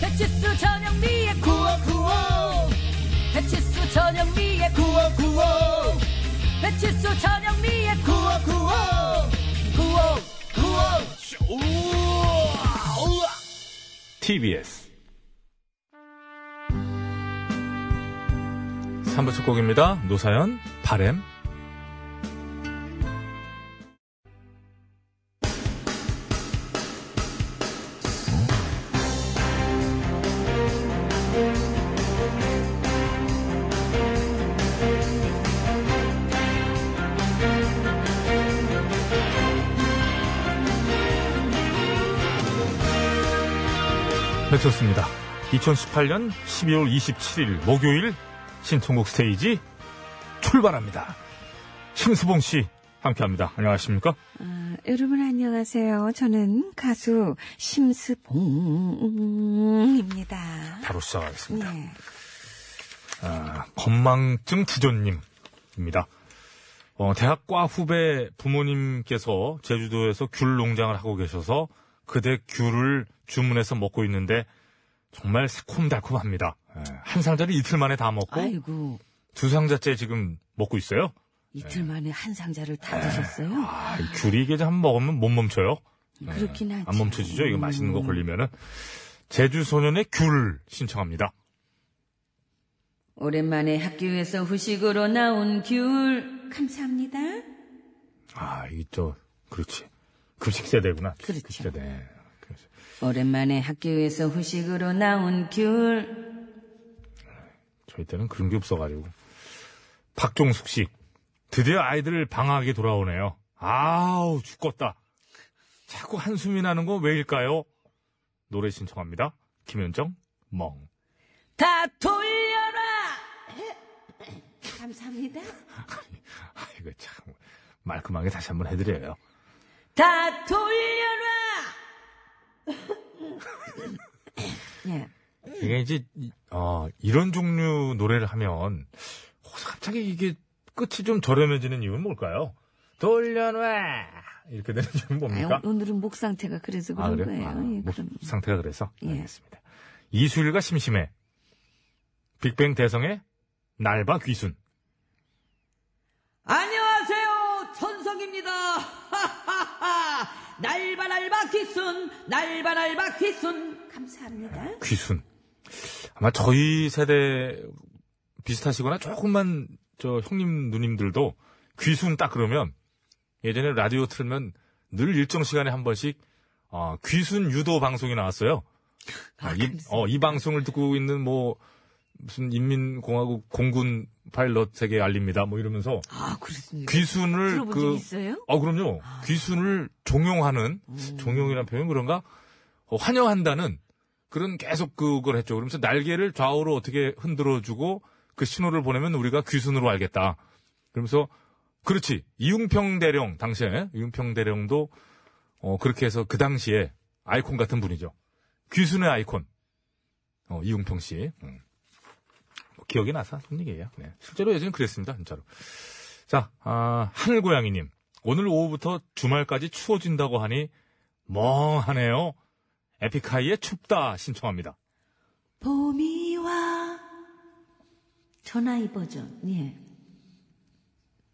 S2: 배치수 전영미의 구호 구호. 배치수 전영미의 구호 구호. 배치수 전영미의 구호.
S3: TBS 3부 첫 곡입니다. 노사연, 바램 네, 좋습니다. 2018년 12월 27일 목요일 신청곡 스테이지 출발합니다. 심수봉 씨 함께합니다. 안녕하십니까?
S2: 아, 여러분 안녕하세요. 저는 가수 심스봉입니다.
S3: 바로 시작하겠습니다.
S2: 네.
S3: 아, 건망증 주전님입니다. 어, 대학과 후배 부모님께서 제주도에서 귤 농장을 하고 계셔서 그대 귤을 주문해서 먹고 있는데 정말 새콤달콤합니다. 예, 한 상자를 이틀 만에 다 먹고
S2: 아이고
S3: 두 상자째 지금 먹고 있어요.
S2: 이틀 만에 한 상자를 다 드셨어요?
S3: 아, 이 귤이 이게 한번 먹으면 못 멈춰요.
S2: 그렇긴 하죠.
S3: 안 멈춰지죠. 이거 맛있는 거
S2: 음.
S3: 걸리면은 제주 소년의 귤 신청합니다.
S2: 오랜만에 학교에서 후식으로 나온 귤 감사합니다.
S3: 아, 이게 또 그렇지. 급식 세대구나.
S2: 그렇죠.
S3: 급식 세대. 그래서
S2: 오랜만에 학교에서 후식으로 나온 귤.
S3: 저희 때는 그런 게 없어가지고. 박종숙 씨. 드디어 아이들 방학이 돌아오네요. 아우, 죽겠다. 자꾸 한숨이 나는 건 왜일까요? 노래 신청합니다. 김현정, 멍.
S2: 다 돌려라. 감사합니다.
S3: 아이고, 참. 말끔하게 다시 한번 해드려요.
S2: 다 돌려라. 예.
S3: 이게 이제, 이- 어, 이런 종류 노래를 하면, 혹시 갑자기 이게 끝이 좀 저렴해지는 이유는 뭘까요? 돌려놔! 이렇게 되는 이유는 뭡니까?
S2: 아, 오늘은 목 상태가 그래서
S3: 그러니까? 아,
S2: 그런
S3: 그래요?
S2: 거예요.
S3: 아,
S2: 예,
S3: 목
S2: 그럼.
S3: 상태가 그래서?
S2: 예.
S3: 알겠습니다. 이수일과 심심해. 빅뱅 대성의 날바 귀순.
S2: 안녕하세요, 천석입니다. 날바 날바 귀순, 날바 날바 귀순. 감사합니다.
S3: 귀순. 아마 저희 세대 비슷하시거나 조금만 저 형님 누님들도 귀순 딱 그러면 예전에 라디오 틀면 늘 일정 시간에 한 번씩 어, 귀순 유도 방송이 나왔어요. 아, 이, 어, 이 방송을 듣고 있는 뭐 무슨 인민공화국 공군 파일럿에게 알립니다. 뭐 이러면서
S2: 아, 그렇습니까?
S3: 귀순을
S2: 들어본 적
S3: 그
S2: 있어요?
S3: 어, 그럼요. 귀순을 종용하는, 종용이란 표현 그런가? 어, 환영한다는 그런 계속 그걸 했죠. 그러면서 날개를 좌우로 어떻게 흔들어주고 그 신호를 보내면 우리가 귀순으로 알겠다. 그러면서, 그렇지. 이웅평 대령, 당시에, 이웅평 대령도, 어, 그렇게 해서 그 당시에 아이콘 같은 분이죠. 귀순의 아이콘. 어, 이웅평 씨. 음. 뭐 기억이 나서 손 얘기예요. 네. 실제로 예전에 그랬습니다. 진짜로. 자, 아, 하늘고양이님. 오늘 오후부터 주말까지 추워진다고 하니 멍하네요. 에픽하이의 춥다 신청합니다.
S2: 봄이 와. 전하이 버전. 예.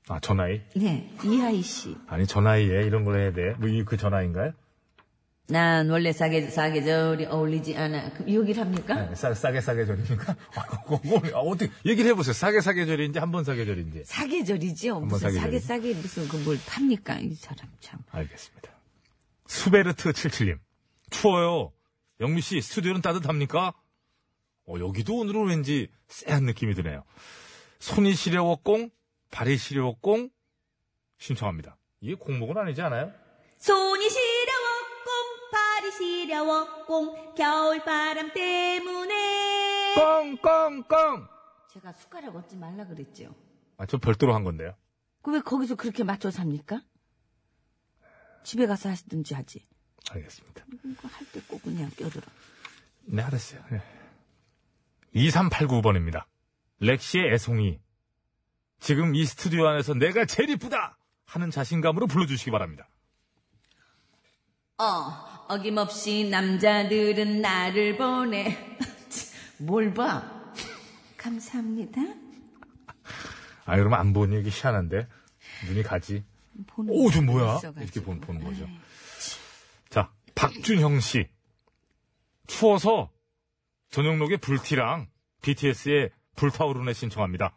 S3: 아, 전화이?
S2: 예. 이하이 씨.
S3: 아니, 전화이에 이런 걸 해야 돼. 뭐, 이그 전화인가요?
S2: 난 원래 사계, 사계절이 어울리지 않아. 그럼 여기를 합니까?
S3: 네, 싸, 싸게 싸게 절입니까? 아, 그거, 그거, 아, 어떻게, 얘기를 해보세요. 싸게 싸게 절인지 한 번 싸게 절인지.
S2: 사계절이지요.
S3: 한번
S2: 무슨 사계,
S3: 사계절이지.
S2: 사계, 무슨 그 뭘 팝니까? 이 사람 참.
S3: 알겠습니다. 수베르트77님. 추워요. 영미씨, 스튜디오는 따뜻합니까? 어, 여기도 오늘은 왠지 쎄한 느낌이 드네요. 손이 시려워 꽁, 발이 시려워 꽁, 신청합니다. 이게 공목은 아니지 않아요?
S5: 손이 시려워 꽁 발이 시려워 꽁 겨울바람 때문에
S3: 꽁, 꽁, 꽁!
S2: 제가 숟가락 얻지 말라 그랬죠.
S3: 아, 저 별도로 한 건데요.
S2: 그 왜 거기서 그렇게 맞춰서 합니까? 집에 가서 하시든지 하지.
S3: 알겠습니다.
S2: 할 때 꼭 그냥 껴들어.
S3: 네, 알았어요. 2389번입니다. 렉시의 애송이. 지금 이 스튜디오 안에서 내가 제일 이쁘다! 하는 자신감으로 불러주시기 바랍니다.
S2: 어, 어김없이 남자들은 나를 보내. 뭘 봐? 감사합니다.
S3: 아, 그러면 안 보니 이게 희한한데? 눈이 가지.
S2: 보는
S3: 오, 저 뭐야?
S2: 있어가지고. 아, 네.
S3: 이렇게 보- 보는 거죠.
S2: 에이,
S3: 자, 박준형 씨. 추워서 전용록의 불티랑 BTS의 불타오르네 신청합니다.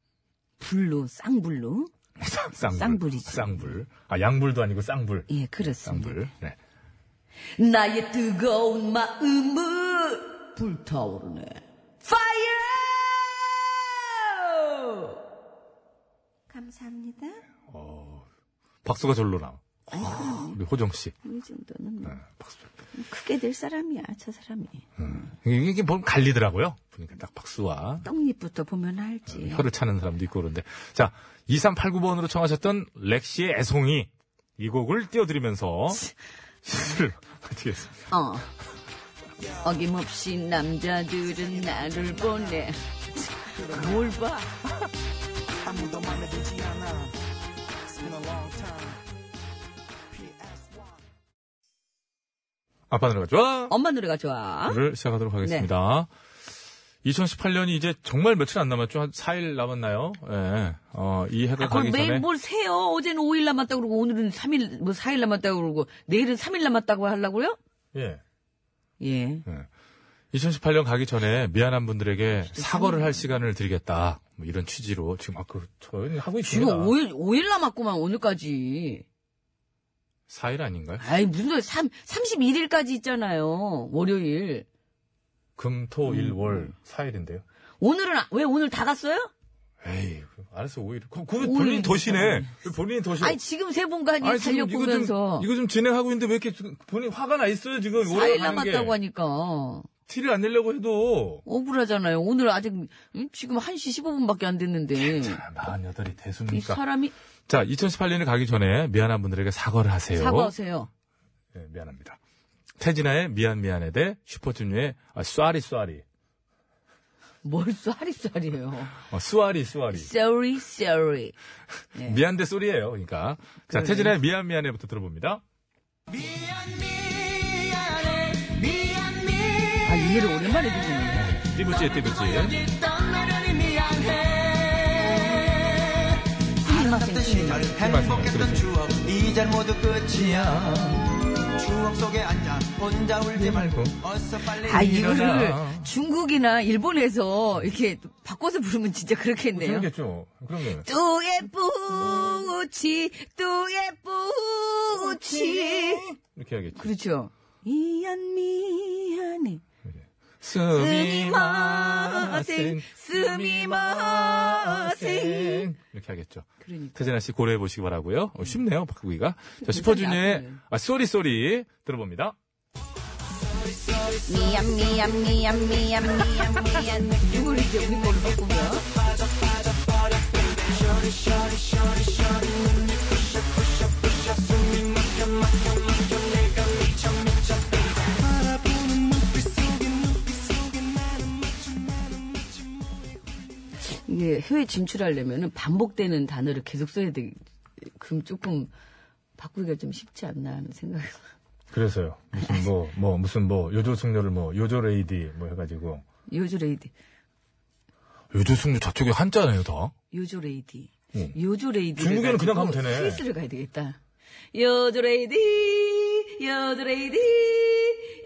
S2: 불로, 쌍불로.
S3: 쌍, 쌍불.
S2: 쌍불이죠.
S3: 쌍불. 아, 양불도 아니고 쌍불.
S2: 예, 그렇습니다.
S3: 쌍불. 네.
S2: 나의 뜨거운 마음을 불타오르네. 파이어! 감사합니다.
S3: 박수가 절로 나와. 아, 우리 호정 씨.
S2: 이 정도는 뭐
S3: 네, 박수.
S2: 크게 될 사람이야, 저 사람이.
S3: 이게, 이게 뭐 갈리더라고요. 보니까 딱 박수와
S2: 떡잎부터 보면 알지.
S3: 혀를 차는 사람도 있고 그런데. 자, 2389번으로 청하셨던 렉시의 애송이 이 곡을 띄워드리면서 시를 마치겠습니다.
S2: 어. 어김없이 남자들은 나를 보내. 뭘 봐?
S4: 아무도 맘에 들지 않아. It's been a long time. PS1.
S3: 아빠 노래가 좋아!
S2: 엄마 노래가 좋아.
S3: 를 시작하도록 하겠습니다.
S2: 네.
S3: 2018년이 이제 정말 며칠 안 남았죠? 한 4일 남았나요? 예. 어, 이 해가
S2: 아,
S3: 가기
S2: 그럼
S3: 전에.
S2: 매일 뭘 세요? 어제는 5일 남았다고 그러고, 오늘은 3일, 뭐 4일 남았다고 그러고, 내일은 3일 남았다고 하려고요?
S3: 예.
S2: 예.
S3: 2018년 가기 전에 미안한 분들에게 사과를 할 시간을 드리겠다. 뭐 이런 취지로 지금 아까 그, 저희는 하고
S2: 지금
S3: 있습니다.
S2: 5일, 5일 남았구만, 오늘까지.
S3: 4일 아닌가요?
S2: 아이, 무슨 소리, 3, 31일까지 있잖아요. 월요일.
S3: 금, 토, 일,
S2: 음.
S3: 월 4일인데요.
S2: 오늘은, 아- 왜 오늘 다 갔어요?
S3: 에이, 알았어, 5일. 그, 그
S2: 오일이니까.
S3: 본인 도시네. 그 본인 도시.
S2: 음. 아니, 지금 세본 거 아니에요?
S3: 뭐? 아니, 지금 이거 좀,
S2: 달려보면서.
S3: 이거 좀 진행하고 있는데 왜 이렇게 본인 화가 나 있어요, 지금.
S2: 4일
S3: 올라가는 게.
S2: 남았다고 하니까.
S3: 티를 안 내려고 해도.
S2: 억울하잖아요. 오늘 아직, 음, 지금 1시 15분밖에 안 됐는데.
S3: 아, 48이
S2: 이
S3: 대수니까.
S2: 사람이
S3: 자, 2018년에 가기 전에 미안한 분들에게 사과를 하세요.
S2: 사과하세요.
S3: 예, 미안합니다. 태진아의 미안 미안에 대 슈퍼주니어의 아, 쏘리 쏘리.
S2: 뭘 쏘리쏘리예요.
S3: 어, 쏘리 쏘리.
S2: Sorry, sorry.
S3: 미안 대 쏘리예요. 그러니까.
S2: 네.
S3: 자,
S2: 그래.
S3: 태진아의 미안 미안에부터 들어봅니다.
S4: 미안 미안해 미안
S2: 아,
S4: 미안해
S2: 이 노래 오랜만에 듣네.
S3: 띠부찌 띠부찌.
S4: 여기 떠나려니 미안해 아름답던 시절 행복했던 음, 추억 이젠 모두 끝이야 추억 속에 앉아 혼자 울지 말고 어서 빨리
S2: 아,
S4: 일어나
S2: 이거를 중국이나 일본에서 이렇게 바꿔서 부르면 진짜 그렇겠네요.
S3: 그러겠죠. 그러면.
S2: 뚜에 뿌치, 뚜에 뿌치.
S3: 이렇게 하겠죠.
S2: 그렇죠. 미안, 미안해.
S3: 스미마생,
S2: 스미마생.
S3: 이렇게 하겠죠.
S2: 그러니까.
S3: 태진아 씨 고려해 보시기 바라고요. 어, 쉽네요, 바꾸기가. 자,
S2: 굉장히
S3: 슈퍼주니어의
S2: 아프네요.
S3: 아, 쏘리 쏘리 들어봅니다.
S2: 미안, 미안, 미안, 미안, 미안, 미안. 이걸 이제 우리 걸로 바꾸면. 이게 해외 진출하려면 반복되는 단어를 계속 써야 되 그럼 조금 바꾸기가 좀 쉽지 않나 하는 생각이
S3: 그래서요. 무슨 뭐, 뭐, 무슨 뭐, 요조승려를 뭐, 요조레이디 뭐 해가지고.
S2: 요조레이디
S3: 요조승려 저쪽에 한자네요, 다.
S2: 요조레이디.
S3: 응.
S2: 요조레이디.
S3: 중국에는 그냥 가면 되네.
S2: 스위스를 가야 되겠다. 요조레이디, 요조레이디,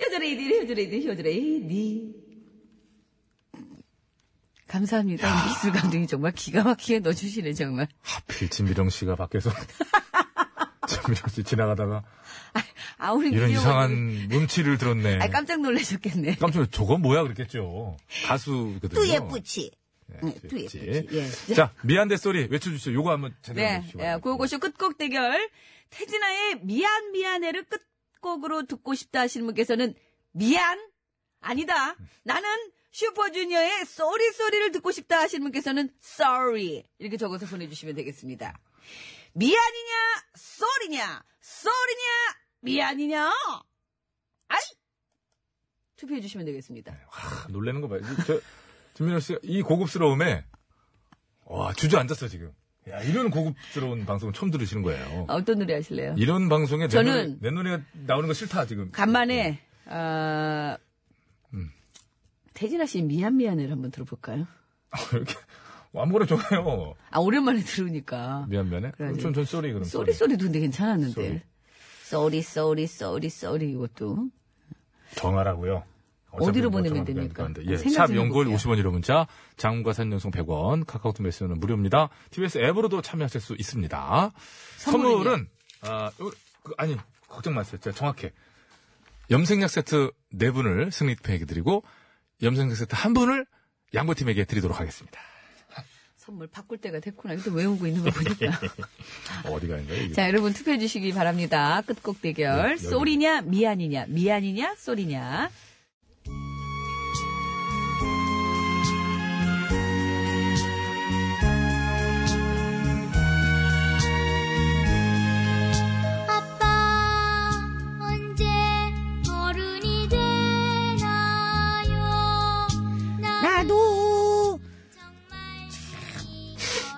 S2: 요조레이디, 요조레이디, 요조레이디. 감사합니다. 미술 감독이 정말 기가 막히게 넣어주시네, 정말.
S3: 하필 진미령 씨가 밖에서. 진미령 씨 지나가다가
S2: 아, 우리
S3: 이런
S2: 미용원님.
S3: 이상한 음치를 들었네.
S2: 아, 깜짝 놀라셨겠네.
S3: 깜짝 놀라 저건 뭐야 그랬겠죠. 가수거든요.
S2: 뚜예쁘치 네,
S3: 그치.
S2: 뚜예쁘치 예.
S3: 자, 미안대 소리 외쳐주시죠. 요거 한번 제대로
S2: 네,
S3: 해주시고.
S2: 예, 고고쇼 끝곡 대결. 태진아의 미안 미안해를 끝곡으로 듣고 싶다 하시는 분께서는 미안 아니다. 나는 슈퍼주니어의 쏘리 쏘리를 듣고 싶다 하시는 분께서는 sorry 이렇게 적어서 보내주시면 되겠습니다. 미안이냐 쏘리냐 쏘리냐 미안이냐? 아이! 투표해주시면 되겠습니다.
S3: 아, 놀라는 거 봐요. 저, 김민호 씨, 이 고급스러움에, 와, 주저앉았어, 지금. 야, 이런 고급스러운 방송은 처음 들으시는 거예요.
S2: 아, 어떤 노래 하실래요?
S3: 이런 방송에
S2: 저는-
S3: 내, 노래, 가 나오는 거 싫다, 지금.
S2: 간만에,
S3: 네.
S2: 아,
S3: 음.
S2: 태진아 씨 미안 미안을 한번 들어볼까요?
S3: 이렇게, 아무거나 좋아요.
S2: 아, 오랜만에 들으니까.
S3: 미안, 미안해.
S2: 그래야지.
S3: 전, 전 쏘리, 그럼.
S2: 쏘리 쏘리도 근데 괜찮았는데.
S3: 네. 쏘리.
S2: 쏘리 쏘리 쏘리 쏘리 이것도.
S3: 정하라고요. 어차피
S2: 어디로
S3: 뭐
S2: 보내면
S3: 정하는 거
S2: 됩니까?
S3: 아닌데. 예,
S2: 생각
S3: 샵
S2: 좀
S3: 연골
S2: 해볼게요.
S3: 50원 1호 문자, 장문과 산연송 100원, 카카오톡 메시지는 무료입니다. TBS 앱으로도 참여하실 수 있습니다.
S2: 선물은요?
S3: 선물은, 아, 요- 그, 아니, 걱정 마세요. 제가 정확해. 염색약 세트 네분을 승리팀에게 드리고, 염색약 세트 한분을 양보팀에게 드리도록 하겠습니다.
S2: 선물 바꿀 때가 됐구나. 이것도 외우고 있는 거 보니까.
S3: 어, 어디가 인가요? 이게?
S2: 자, 여러분 투표해 주시기 바랍니다. 끝곡
S3: 네,
S2: 대결.
S3: 여기.
S2: 쏘리냐, 미안이냐, 미안이냐, 쏘리냐.
S6: 아빠 언제 어른이 되나요?
S7: 나도
S6: 정말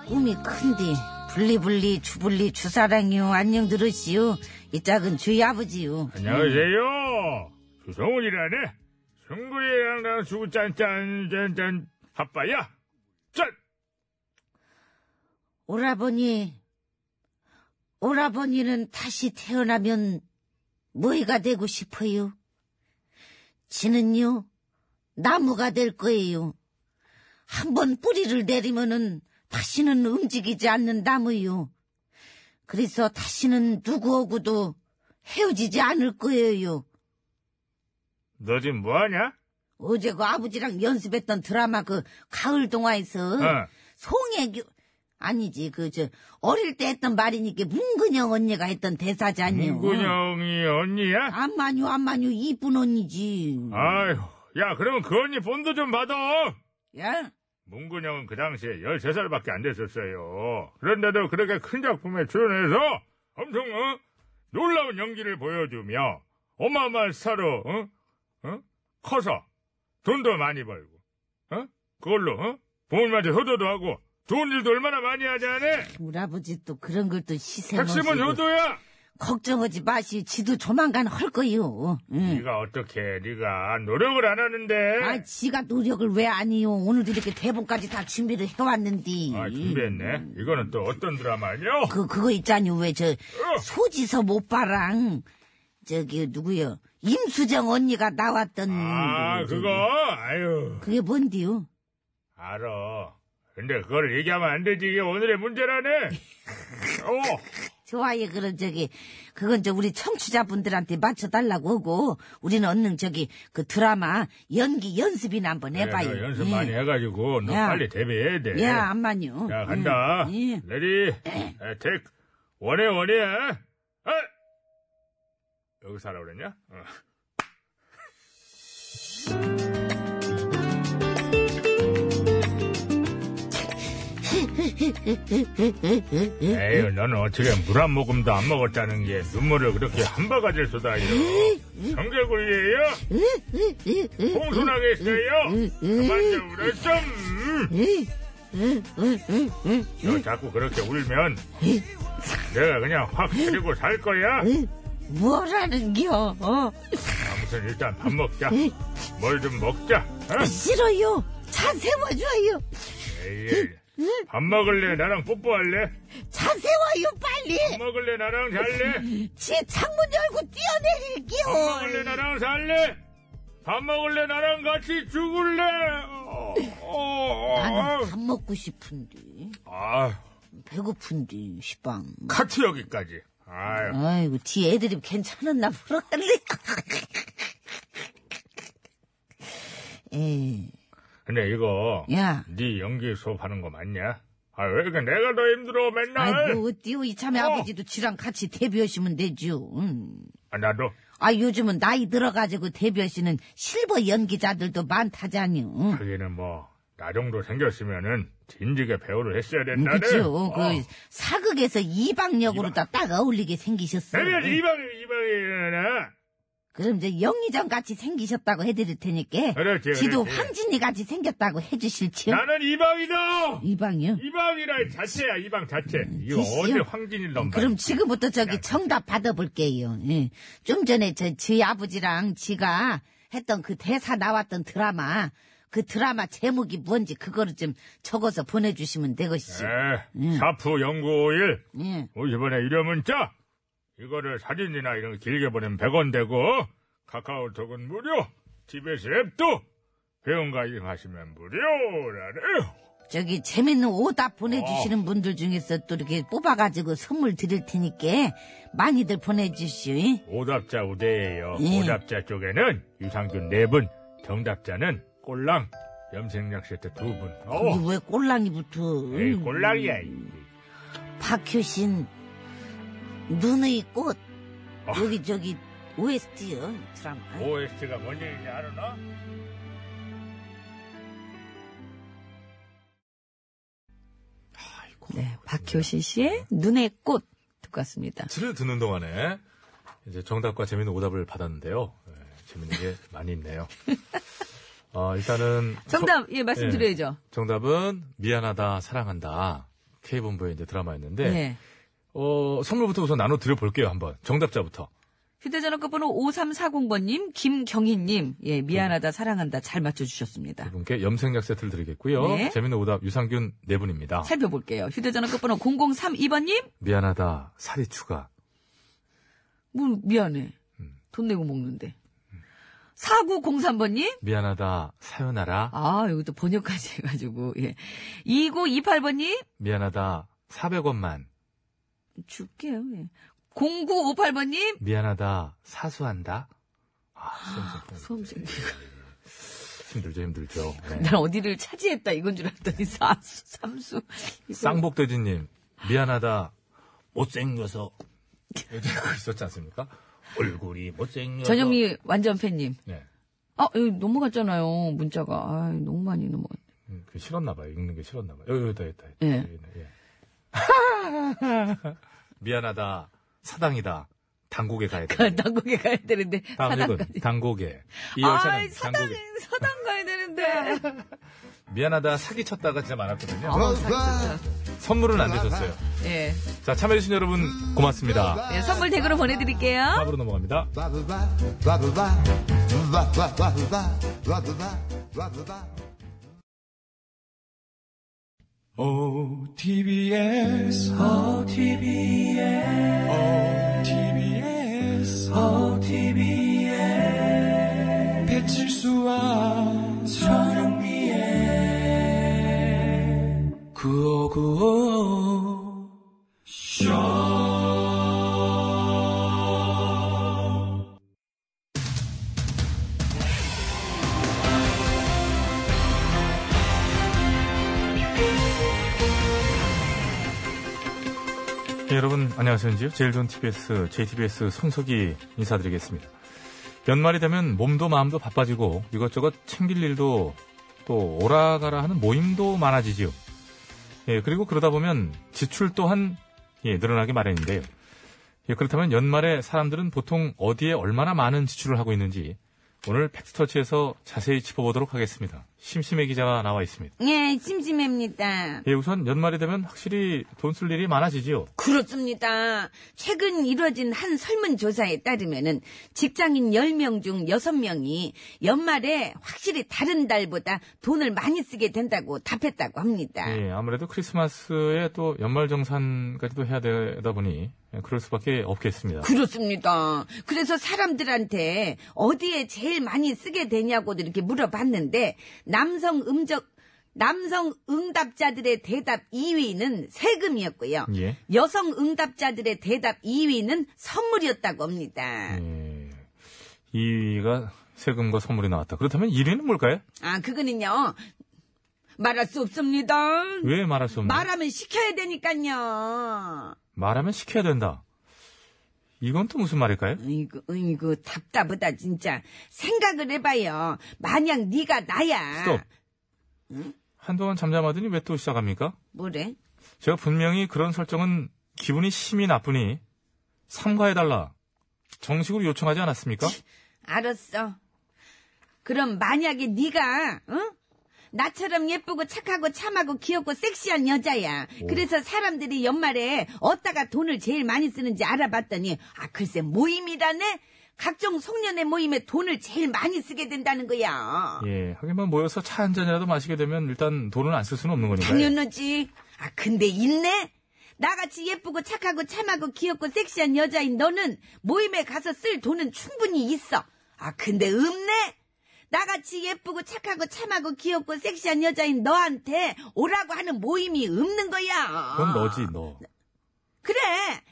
S7: 꿈이 큰데 분리분리 주분리 주사랑요 안녕 들으시오 이 짝은 주희 아버지요
S3: 안녕하세요. 조성훈이라네. 승구이랑 나랑 주고 짠짠짠짠 아빠야. 짠.
S7: 오라버니 오라버니는 다시 태어나면 뭐가 되고 싶어요? 지는요 나무가 될 거예요 한번 뿌리를 내리면은 다시는 움직이지 않는 나무요 그래서 다시는 누구하고도 헤어지지 않을 거예요
S3: 너 지금 뭐하냐?
S7: 어제 그 아버지랑 연습했던 드라마 그 가을 동화에서
S3: 어.
S7: 송혜교 아니지 그 저 어릴 때 했던 말이니까 문근영 언니가 했던 대사잖요.
S3: 문근영이 언니야?
S7: 안마뉴 안마뉴 이쁜 언니지.
S3: 아휴. 야 그러면 그 언니 본도 좀 받아.
S7: 야
S3: 문근영은 그 당시에 13살밖에 안 됐었어요. 그런데도 그렇게 큰 작품에 출연해서 엄청 어? 놀라운 연기를 보여주며 어마어마한 스타로 어? 어? 커서 돈도 많이 벌고 어? 그걸로 어? 부모님한테 효도도 하고 좋은 일도 얼마나 많이 하지 않아?
S7: 우리 아버지 또 그런 걸 또 시샘하시고
S3: 핵심은 효도야!
S7: 걱정하지 마시오. 지도 조만간 할 거요. 응.
S3: 네가 어떻게 네가 노력을 안 하는데
S7: 아 지가 노력을 왜 아니요? 오늘도 이렇게 대본까지 다 준비를 해왔는데.
S3: 아, 준비했네. 이거는 또 어떤 드라마냐?
S7: 그, 그거 있잖요. 왜, 저,
S3: 어.
S7: 소지섭 오빠랑, 저기, 누구요? 임수정 언니가 나왔던.
S3: 아,
S7: 그, 저기,
S3: 그거? 아유.
S7: 그게 뭔데요?
S3: 알아. 근데 그걸 얘기하면 안 되지. 이게 오늘의 문제라네. 어.
S7: 좋아요. 그럼 저기, 그건 저 우리 청취자분들한테 맞춰달라고 하고, 우리는 얼른 저기, 그 드라마 연기 연습이나 한번 해봐요.
S3: 그래, 연습
S7: 예.
S3: 많이 해가지고 너
S7: 야.
S3: 빨리 데뷔해야 돼.
S7: 야, 안만요.
S3: 자, 간다.
S7: 응, 예.
S3: 레디, 에, 택, 원해, 원해. 에! 여기서 하라 그랬냐? 어. 에휴, 너는 어떻게 물 한 모금도 안 먹었다는 게 눈물을 그렇게 한 바가지를 쏟아요. 경제굴리에요?
S7: 음,
S3: 공손하겠어요? 그만 좀 울어 좀! 너 자꾸 그렇게 울면 내가 그냥 확 데리고 살 거야.
S7: 뭐라는 겨, 어?
S3: 아무튼 일단 밥 먹자. 뭘 좀 먹자. 어?
S7: 싫어요. 차 세워줘요.
S3: 에이, 밥 먹을래? 나랑 뽀뽀할래?
S7: 차 세워요, 빨리.
S3: 밥 먹을래? 나랑 잘래?
S7: 제 창문 열고
S3: 밥 먹을래?
S7: 뛰어내릴게요.
S3: 나랑 살래? 밥 먹을래? 나랑 같이 죽을래? 어, 어, 어.
S7: 나는 밥 먹고 싶은데,
S3: 아,
S7: 배고픈데, 시방.
S3: 카트 여기까지. 아유.
S7: 아이고, 뒤에 애들이 괜찮았나 보러 갔네. 에이,
S3: 근데 이거
S7: 예, 야.
S3: 네 연기 수업하는 거 맞냐? 아 왜 이렇게 내가 더 힘들어 맨날?
S7: 아이, 뭐, 어때요? 이참에
S3: 네. 어.
S7: 아버지도 지랑 같이 데뷔하시면 되죠. 음.
S3: 아, 나도
S7: 아, 요즘은 나이 들어가지고 데뷔하시는 실버 연기자들도 많다잖요.
S3: 하기는 뭐 나 정도 생겼으면은 진지하게 배우를 했어야
S7: 음,
S3: 된다네.
S7: 그쵸. 그,
S3: 어.
S7: 사극에서 이방역으로 다 딱 어울리게 생기셨어.
S3: 내면 이방이 이방이잖아.
S7: 그럼 이제 영희정 같이 생기셨다고 해드릴 테니까.
S3: 그렇지,
S7: 지도
S3: 그렇지.
S7: 황진이 같이 생겼다고 해주실지요?
S3: 나는 이방이다.
S7: 이방이요?
S3: 이방이라 이 자체야 이방 자체. 이거
S7: 글쎄요.
S3: 언제 황진일 넘
S7: 음, 그럼 지금부터 저기 정답 받아볼게요. 예. 좀 전에 저, 지 아버지랑 지가 했던 그 대사 나왔던 드라마, 그 드라마 제목이 뭔지 그거를 좀 적어서 보내주시면 되것이지. 네.
S3: 예, 샤프 연구일 뭐
S7: 예.
S3: 50원에 유료 문자. 이거를 사진이나 이런 거 길게 보내면 100원 되고 카카오톡은 무료. TBS 앱도 회원가 이용하시면 무료라네요.
S7: 저기 재밌는 오답
S3: 어.
S7: 보내주시는 분들 중에서 또 이렇게 뽑아가지고 선물 드릴 테니까 많이들 보내주시오. 예. 잉?
S3: 오답자 우대예요.
S7: 예.
S3: 오답자 쪽에는 유상균 네 분, 정답자는 꼴랑, 염색약 세트 두 분.
S7: 이게
S3: 어,
S7: 왜 꼴랑이 붙어?
S3: 에이, 꼴랑이야. 이.
S7: 박효신 눈의 꽃
S3: 아.
S7: 여기 저기 OST요 드라마.
S3: OST가 뭔 얘기인지 알아나?
S2: 네, 박효신 씨의 눈의 꽃 듣고 왔습니다.
S3: 를 듣는 동안에 이제 정답과 재밌는 오답을 받았는데요. 예, 재밌는 게 많이 있네요. 어, 일단은
S2: 정답, 예, 말씀드려야죠.
S3: 정답은 미안하다 사랑한다 K본부의 이제 드라마였는데
S2: 예.
S3: 어, 선물부터 우선 나눠 드려 볼게요 한번 정답자부터
S2: 휴대전화 끝번호 5340번님, 김경희님, 예, 미안하다, 사랑한다, 잘 맞춰주셨습니다.
S3: 이분께 염색약 세트를 드리겠고요.
S2: 네.
S3: 재밌는 오답 유상균 네 분입니다.
S2: 살펴볼게요. 휴대전화 끝번호 0032번님,
S3: 미안하다 살이 추가
S2: 뭐, 미안해. 돈 내고 먹는데. 4903번님,
S3: 미안하다 사연하라
S2: 아, 여기도 번역까지 해가지고, 예. 2928번님,
S3: 미안하다 400원만
S2: 줄게요, 예. 0958번님,
S3: 미안하다 사수한다 아,
S2: 소음
S3: 수험생.
S2: 생기
S3: 힘들죠 힘들죠 네.
S2: 난 어디를 차지했다 이건 줄 알았더니 사수, 삼수. 이거
S3: 쌍복돼지님 미안하다 못생겨서 요즘 그거 있었지 않습니까? 얼굴이 못생겨서
S2: 전영미 완전 팬님.
S3: 네.
S2: 아, 여기 넘어갔잖아요, 문자가. 아, 너무 많이 넘어갔네.
S3: 음, 그 싫었나 봐요. 읽는 게 싫었나 봐요. 여기 있다 있다.
S2: 예.
S3: 미안하다. 사당이다. 당국에 가야 돼.
S2: 그 당국에 가야 되는데,
S3: 다음
S2: 사당.
S3: 읽은 당국에. 이
S2: 아,
S3: 여자는
S2: 사당,
S3: 당국에.
S2: 사당 가야 되는데.
S3: 미안하다. 사기 쳤다가 진짜 많았거든요.
S2: 어, 사기 좋다.
S3: 선물은 안 되셨어요.
S2: 예.
S3: 자, 참여해주신 여러분 고맙습니다.
S2: 예, 선물 댁으로 보내드릴게요.
S3: 답으로 넘어갑니다.
S4: OTBS, OTBS, OTBS, OTBS, 배칠수와 저녁미에 구호구호
S3: 예, 여러분 안녕하세요. 제일 좋은 TBS, JTBS 손석희 인사드리겠습니다. 연말이 되면 몸도 마음도 바빠지고 이것저것 챙길 일도 또 오라가라 하는 모임도 많아지지요. 예, 그리고 그러다 보면 지출 또한 예, 늘어나기 마련인데요. 예, 그렇다면 연말에 사람들은 보통 어디에 얼마나 많은 지출을 하고 있는지 오늘 팩트터치에서 자세히 짚어보도록 하겠습니다. 심심해 기자가 나와 있습니다.
S7: 예, 심심합니다.
S3: 예, 우선 연말이 되면 확실히 돈 쓸 일이 많아지지요.
S7: 그렇습니다. 최근 이뤄진 한 설문조사에 따르면은 직장인 10명 중 6명이 연말에 확실히 다른 달보다 돈을 많이 쓰게 된다고 답했다고 합니다.
S3: 예, 아무래도 크리스마스에 또 연말정산까지도 해야 되다 보니 그럴 수밖에 없겠습니다.
S7: 그렇습니다. 그래서 사람들한테 어디에 제일 많이 쓰게 되냐고 이렇게 물어봤는데 남성 음적 남성 응답자들의 대답 2위는 세금이었고요.
S3: 예.
S7: 여성 응답자들의 대답 2위는 선물이었다고 합니다.
S3: 예. 2위가 세금과 선물이 나왔다. 그렇다면 1위는 뭘까요?
S7: 아, 그거는요. 말할 수 없습니다.
S3: 왜 말할 수 없나?
S7: 말하면 시켜야 되니까요.
S3: 말하면 시켜야 된다. 이건 또 무슨 말일까요?
S7: 이거, 이거 답답하다 아. 진짜. 생각을 해봐요. 만약 네가 나야.
S3: 스톱. 한동안 잠잠하더니 왜 또 시작합니까?
S7: 뭐래?
S3: 제가 분명히 그런 설정은 기분이 심히 나쁘니 삼가해달라 정식으로 요청하지 않았습니까?
S7: 알았어. 그럼 만약에 네가 응? 나처럼 예쁘고 착하고 참하고 귀엽고 섹시한 여자야. 그래서 사람들이 연말에 어디다가 돈을 제일 많이 쓰는지 알아봤더니 아 글쎄 모임이라네. 각종 송년회 모임에 돈을 제일 많이 쓰게 된다는 거야.
S3: 예, 하긴만 모여서 차 한 잔이라도 마시게 되면 일단 돈은 안 쓸 수는 없는 거니까요.
S7: 당연하지. 아, 근데 있네? 나같이 예쁘고 착하고 참하고 귀엽고 섹시한 여자인 너는 모임에 가서 쓸 돈은 충분히 있어. 아, 근데 없네? 나같이 예쁘고 착하고 참하고 귀엽고 섹시한 여자인 너한테 오라고 하는 모임이 없는 거야.
S3: 그건 너지, 너.
S7: 그래.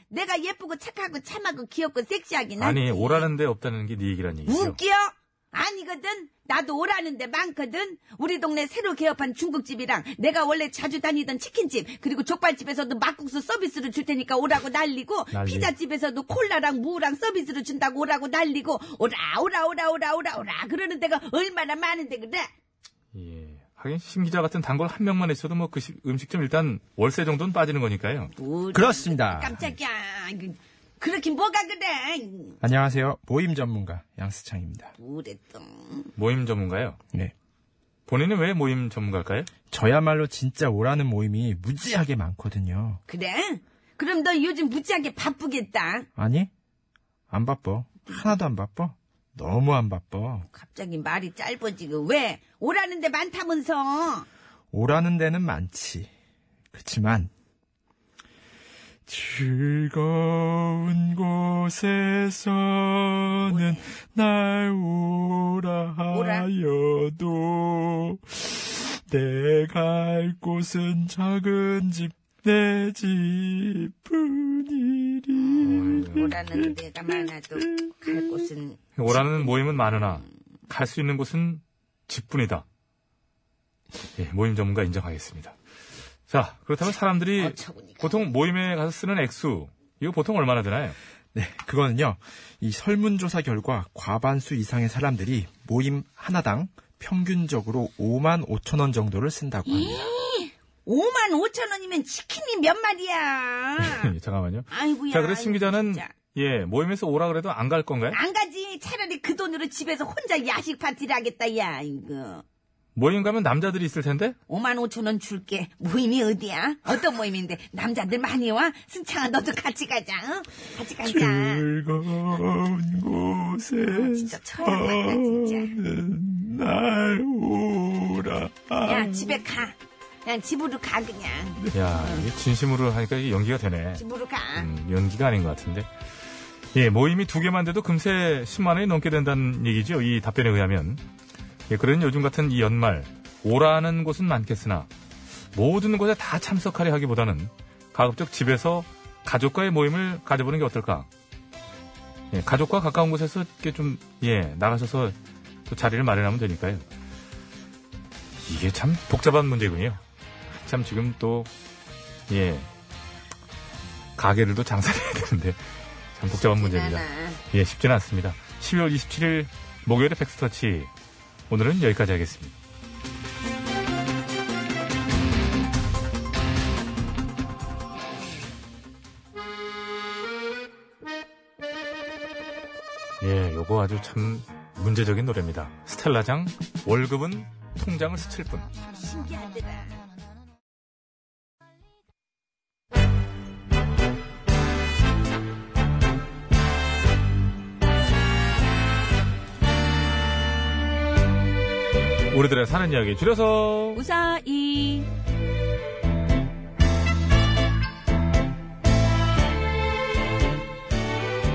S7: 내가 예쁘고 착하고 참하고 귀엽고 섹시하긴
S3: 아니,
S7: 하지.
S3: 오라는데 없다는 게 네 얘기란 얘기죠.
S7: 웃겨? 아니거든. 나도 오라는데 많거든. 우리 동네 새로 개업한 중국집이랑 내가 원래 자주 다니던 치킨집 그리고 족발집에서도 막국수 서비스로 줄 테니까 오라고 날리고
S3: 난리.
S7: 피자집에서도 콜라랑 무랑 서비스로 준다고 오라고 날리고 오라 오라 오라 오라 오라 오라 그러는 데가 얼마나 많은데 그래?
S3: 예. 하긴 신기자 같은 단골 한 명만 있어도 뭐 그 음식점 일단 월세 정도는 빠지는 거니까요.
S7: 뭐,
S1: 그렇습니다.
S7: 깜짝이야. 이거 그렇게 뭐가 그래?
S1: 안녕하세요. 모임 전문가 양수창입니다.
S7: 뭐랬어?
S3: 모임 전문가요.
S1: 네.
S3: 본인은 왜 모임 전문가일까요?
S1: 저야말로 진짜 오라는 모임이 무지하게 많거든요.
S7: 그래? 그럼 너 요즘 무지하게 바쁘겠다.
S1: 아니? 안 바빠. 하나도 안 바빠. 너무 안 바빠.
S7: 갑자기 말이 짧아지고 왜 오라는데 많다면서
S1: 오라는 데는 많지. 그치만, 즐거운 곳에서는 날 오라
S7: 오라?
S1: 하여도, 내 갈 곳은 작은 집, 내 집뿐이리.
S7: 음, 오라는 데가 많아도 갈 곳은
S3: 오라는 모임은 많으나 갈 수 있는 곳은 집뿐이다. 예, 모임 전문가 인정하겠습니다. 자, 그렇다면 사람들이
S7: 아, 어처구니가
S3: 보통 모임에 가서 쓰는 액수 이거 보통 얼마나 되나요?
S1: 네, 그거는요. 이 설문조사 결과 과반수 이상의 사람들이 모임 하나당 평균적으로 5만 5천 원 정도를 쓴다고 합니다.
S7: 5만 5천 원이면 치킨이 몇 마리야
S3: 예, 잠깐만요.
S7: 아. 아이고야
S3: 자, 그래서 신 기자는
S7: 진짜.
S3: 예 모임에서 오라 그래도 안 갈 건가요?
S7: 안 가지 차라리 그 돈으로 집에서 혼자 야식 파티를 하겠다 야 이거
S3: 모임 가면 남자들이 있을 텐데
S7: 5만 5천 원 줄게 모임이 어디야 어떤 모임인데 남자들 많이 와 승창아 너도 같이 가자 응? 같이 가자
S1: 즐거운
S7: 아,
S1: 곳에
S7: 진짜 처형 맞다 진짜
S1: 날 오라.
S3: 아.
S7: 야 집에 가. 그냥 집으로 가 그냥.
S3: 야 이게 진심으로 하니까 이게 연기가 되네.
S7: 집으로 가.
S3: 음, 연기가 아닌 것 같은데. 예, 모임이 두 개만 돼도 금세 10만 원이 넘게 된다는 얘기죠. 이 답변에 의하면. 예, 그런 요즘 같은 이 연말, 오라는 곳은 많겠으나, 모든 곳에 다 참석하려 하기보다는 가급적 집에서 가족과의 모임을 가져보는 게 어떨까. 예, 가족과 가까운 곳에서 이렇게 좀, 예, 나가셔서 또 자리를 마련하면 되니까요. 이게 참 복잡한 문제군요. 참 지금 또, 예, 가게들도 장사를 해야 되는데 참 복잡한 문제입니다.
S7: 나나.
S3: 예, 쉽지는 않습니다. 12월 27일 목요일에 팩스터치 오늘은 여기까지 하겠습니다. 예, 요거 아주 참 문제적인 노래입니다. 스텔라장 월급은 통장을 스칠 뿐.
S7: 신기하더라.
S3: 우리들의 사는 이야기 줄여서
S2: 우사이.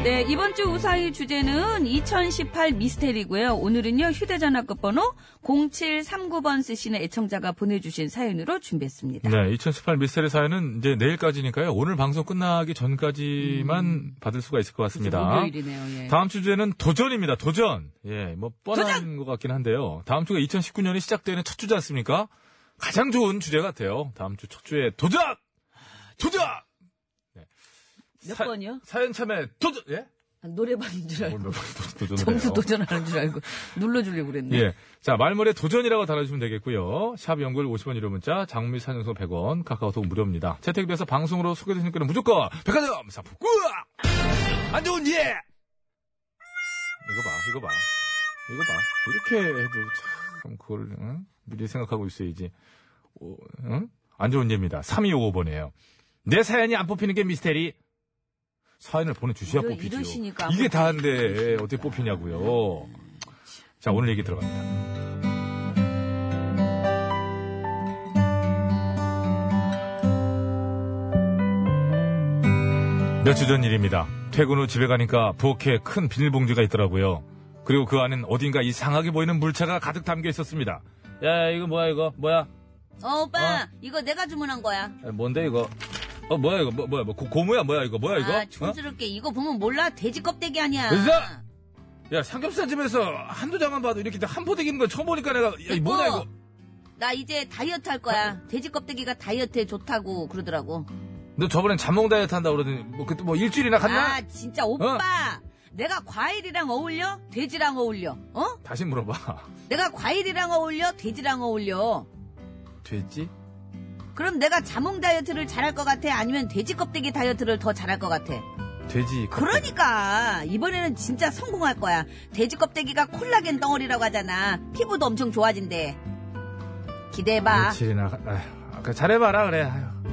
S2: 네, 이번 주 우사이 주제는 2018 미스테리고요. 오늘은요, 휴대전화 끝번호 0739번 쓰시는 애청자가 보내주신 사연으로 준비했습니다.
S3: 네, 2018 미스터리 사연은 이제 내일까지니까요. 오늘 방송 끝나기 전까지만 받을 수가 있을 것 같습니다.
S2: 음. 목요일이네요, 예.
S3: 다음 주 주제는 도전입니다. 도전. 예, 뭐 뻔한 것 같긴 한데요. 다음 주가 2019년이 시작되는 첫 주지 않습니까? 가장 좋은 주제 같아요. 다음 주 첫 주에 도전! 도전! 네.
S2: 몇
S3: 사-
S2: 번이요? 네.
S3: 사연 참여 도전! 예?
S7: 노래방인 줄 알고.
S3: 오늘 도- 도전을
S7: 점수
S3: 해요.
S7: 도전하는 줄 알고 눌러주려고 그랬네.
S3: 예. 자, 말머리에 도전이라고 달아주시면 되겠고요. 샵 연글 50원 유료 문자, 장미 사연소 100원, 카카오톡 무료입니다. 채택돼서 방송으로 소개되신 분은 무조건 백화점 상품 꾸악! 안 좋은 예! 이거 봐, 이거 봐. 이거 봐. 이렇게 해도 참, 그걸, 응? 미리 생각하고 있어야지. 어, 응? 안 좋은 예입니다. 3255번이에요. 내 사연이 안 뽑히는 게 미스테리. 사연을 보내주셔야
S7: 이러-
S3: 뽑히죠.
S7: 이러시니까 안 아,
S3: 이게 다인데
S7: 뽑히니까.
S3: 어떻게 뽑히냐고요. 자, 오늘 얘기 들어갑니다. 며칠 전 일입니다. 퇴근 후 집에 가니까 부엌에 큰 비닐봉지가 있더라고요. 그리고 그 안엔 어딘가 이상하게 보이는 물체가 가득 담겨 있었습니다. 야, 이거 뭐야, 이거? 뭐야?
S7: 어, 오빠,
S3: 어?
S7: 이거 내가 주문한 거야.
S3: 야, 뭔데, 이거? 어, 뭐야, 이거? 뭐, 뭐야, 뭐, 고, 고무야, 뭐야, 이거? 뭐야, 이거?
S7: 아,
S3: 어?
S7: 촌스럽게 이거 보면 몰라. 돼지 껍데기 아니야.
S3: 으쌰! 야, 삼겹살 집에서 한두 장만 봐도 이렇게 한 포대 입는 거 처음 보니까 내가, 야, 이 뭐냐, 이거?
S7: 나 이제 다이어트 할 거야. 돼지 껍데기가 다이어트에 좋다고 그러더라고.
S3: 너 저번엔 잠몽 다이어트 한다 그러더니, 뭐, 그때 뭐 일주일이나 갔나? 어.
S7: 아, 진짜 오빠. 내가 과일이랑 어울려? 돼지랑 어울려? 어?
S3: 다시 물어봐.
S7: 내가 과일이랑 어울려? 돼지랑 어울려?
S3: 됐지?
S7: 그럼 내가 자몽 다이어트를 잘할 것 같아? 아니면 돼지 껍데기 다이어트를 더 잘할 것 같아?
S3: 돼지.
S7: 그러니까 이번에는 진짜 성공할 거야. 돼지 껍데기가 콜라겐 덩어리라고 하잖아. 피부도 엄청 좋아진대. 기대해봐.
S3: 며칠이나 가- 아휴, 아까 잘해봐라 그래 아휴.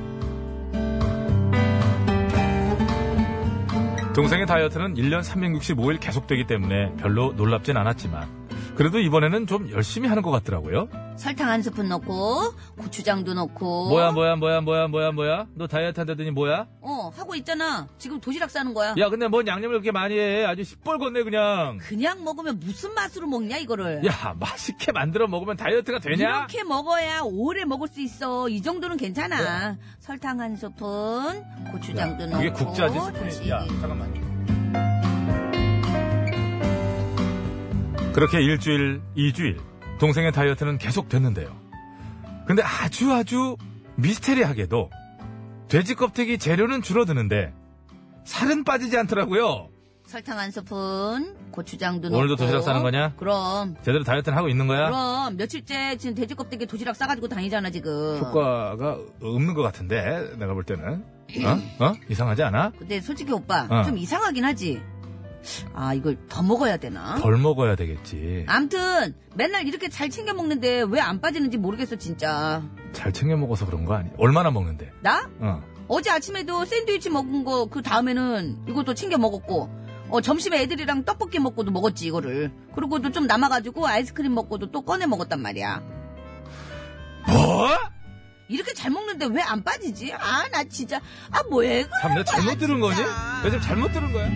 S3: 동생의 다이어트는 1년 365일 계속되기 때문에 별로 놀랍진 않았지만 그래도 이번에는 좀 열심히 하는 것 같더라고요
S7: 설탕 한 스푼 넣고 고추장도 넣고.
S3: 뭐야 뭐야 뭐야 뭐야 뭐야 뭐야 너 다이어트 한다더니 뭐야
S7: 어 하고 있잖아. 지금 도시락 싸는 거야.
S3: 야 근데 뭔 양념을 그렇게 많이 해 아주 시뻘건네 그냥
S7: 그냥 먹으면 무슨 맛으로 먹냐 이거를.
S3: 야 맛있게 만들어 먹으면 다이어트가 되냐
S7: 이렇게 먹어야 오래 먹을 수 있어. 이 정도는 괜찮아. 설탕 한 스푼, 고추장도 넣고.
S3: 그게 국자지 스프레이. 야 잠깐만 그렇게 일주일, 이주일 동생의 다이어트는 계속됐는데요. 근데 아주 아주 미스테리하게도 돼지 껍데기 재료는 줄어드는데 살은 빠지지 않더라고요.
S7: 설탕 한 스푼, 고추장도 넣고.
S3: 오늘도 도시락 싸는 거냐? 아.
S7: 그럼.
S3: 제대로 다이어트는 하고 있는 거야?
S7: 그럼 며칠째 지금 돼지 껍데기 도시락 싸가지고 다니잖아 지금.
S3: 효과가 없는 것 같은데 내가 볼 때는 어? 어? 이상하지 않아?
S7: 근데 솔직히 오빠
S3: 어.
S7: 좀 이상하긴 하지. 아 이걸 더 먹어야 되나?
S3: 덜 먹어야 되겠지.
S7: 암튼 맨날 이렇게 잘 챙겨 먹는데 왜 안 빠지는지 모르겠어 진짜.
S3: 잘 챙겨 먹어서 그런 거 아니? 얼마나 먹는데?
S7: 나
S3: 어.
S7: 어제 아침에도 샌드위치 먹은 거 그 다음에는 이것도 챙겨 먹었고 어, 점심에 애들이랑 떡볶이 먹고도 먹었지 이거를. 그리고도 좀 남아가지고 아이스크림 먹고도 또 꺼내 먹었단 말이야.
S3: 뭐?
S7: 이렇게 잘 먹는데 왜 안 빠지지? 아 나 진짜 아 뭐해 그.
S3: 참, 내가 잘못 들은 거니? 내가 지금 잘못 들은 거야?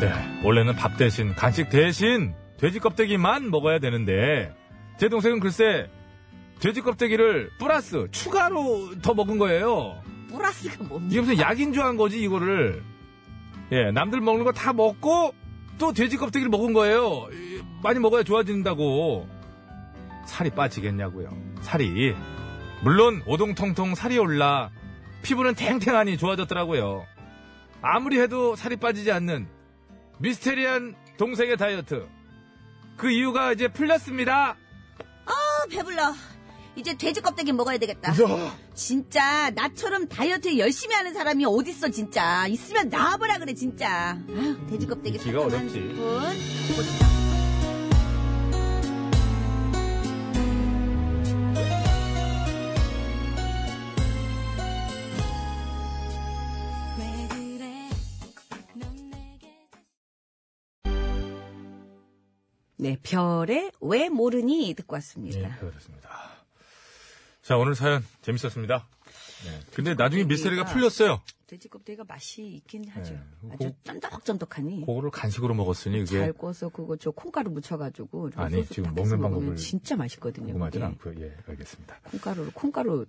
S3: 네, 원래는 밥 대신, 간식 대신, 돼지 껍데기만 먹어야 되는데, 제 동생은 글쎄, 돼지 껍데기를 플러스, 추가로 더 먹은 거예요.
S7: 플러스가 뭡니까?
S3: 이게 무슨 약인 줄 한 거지, 이거를. 예, 남들 먹는 거 다 먹고, 또 돼지 껍데기를 먹은 거예요. 이, 많이 먹어야 좋아진다고. 살이 빠지겠냐고요. 살이. 물론, 오동통통 살이 올라, 피부는 탱탱하니 좋아졌더라고요. 아무리 해도 살이 빠지지 않는 미스테리한 동생의 다이어트. 그 이유가 이제 풀렸습니다.
S7: 아, 배불러. 이제 돼지 껍데기 먹어야 되겠다. 진짜 나처럼 다이어트 열심히 하는 사람이 어딨어 진짜. 있으면 나와보라 그래 진짜. 아유, 돼지 껍데기
S3: 믿기가
S7: 설탕 한
S3: 어렵지.
S7: 스푼. 네, 별에 왜 모르니 듣고
S3: 네,
S7: 왔습니다.
S3: 그렇습니다. 자, 오늘 사연 재밌었습니다. 네, 근데 나중에 미스테리가
S7: 껍데기가-
S3: 풀렸어요.
S7: 돼지 껍데기가 맛이 있긴 하죠.
S3: 네,
S7: 아주
S3: 고-
S7: 쫀득쫀득하니.
S3: 그거를 간식으로 먹었으니
S7: 잘
S3: 그게
S7: 구워서 그거 저 콩가루 묻혀가지고 이렇게
S3: 예. 아니,
S7: 소스
S3: 지금
S7: 딱
S3: 먹는
S7: 해서 먹으면
S3: 방법을
S7: 진짜 맛있거든요.
S3: 궁금하진
S7: 그게.
S3: 않고요. 예, 알겠습니다.
S7: 콩가루로 콩가루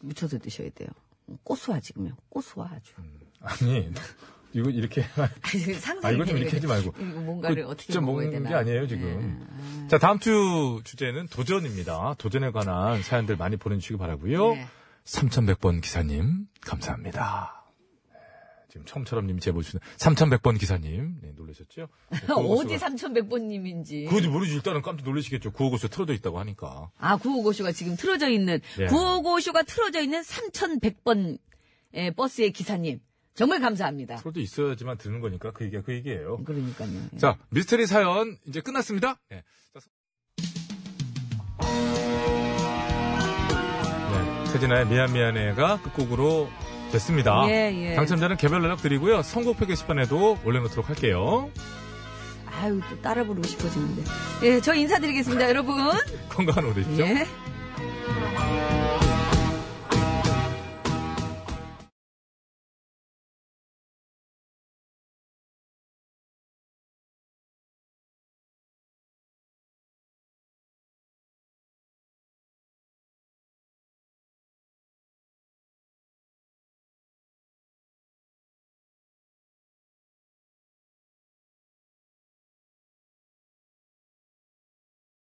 S7: 묻혀서 드셔야 돼요. 고소하 지금요. 고소하 아주.
S3: 아니, 이거 이렇게
S7: 아니, 상상이
S3: 음. 아, 이거 좀
S7: 되네.
S3: 이렇게 하지 말고.
S7: 이거 뭔가를
S3: 그
S7: 어떻게
S3: 직접
S7: 먹어야
S3: 먹는
S7: 되나. 네.
S3: 게 아니에요, 지금. 자, 다음 주 주제는 도전입니다. 도전에 관한 사연들 많이 보내주시기 바라고요.
S7: 네.
S3: 3100번 기사님, 감사합니다. 네, 지금 처음처럼님 제보 주시는 3100번 기사님, 네, 놀라셨죠? 네, 구호고수가-
S7: 어디 3,100번님인지.
S3: 그건지 모르지 일단은 깜짝 놀라시겠죠. 구호고수 틀어져 있다고 하니까.
S7: 아, 구호고쇼가 지금 틀어져 있는,
S3: 네.
S7: 구호고쇼가 틀어져 있는 3,100번 의 버스의 기사님. 정말 감사합니다.
S3: 틀어져 있어야지만 듣는 거니까 그 얘기가 그 얘기예요.
S7: 그러니까요. 예.
S3: 자, 미스터리 사연 이제 끝났습니다. 네. 자, 서- 네, 태진아의 미안 미안해가 끝곡으로 됐습니다.
S7: 예, 예.
S3: 당첨자는 개별 연락 드리고요. 선곡표 게시판에도 올려놓도록 할게요.
S7: 아유, 또 따라 부르고 싶어지는데. 예, 저 인사드리겠습니다, 여러분.
S3: 건강한 오래 되십시오.
S7: 예.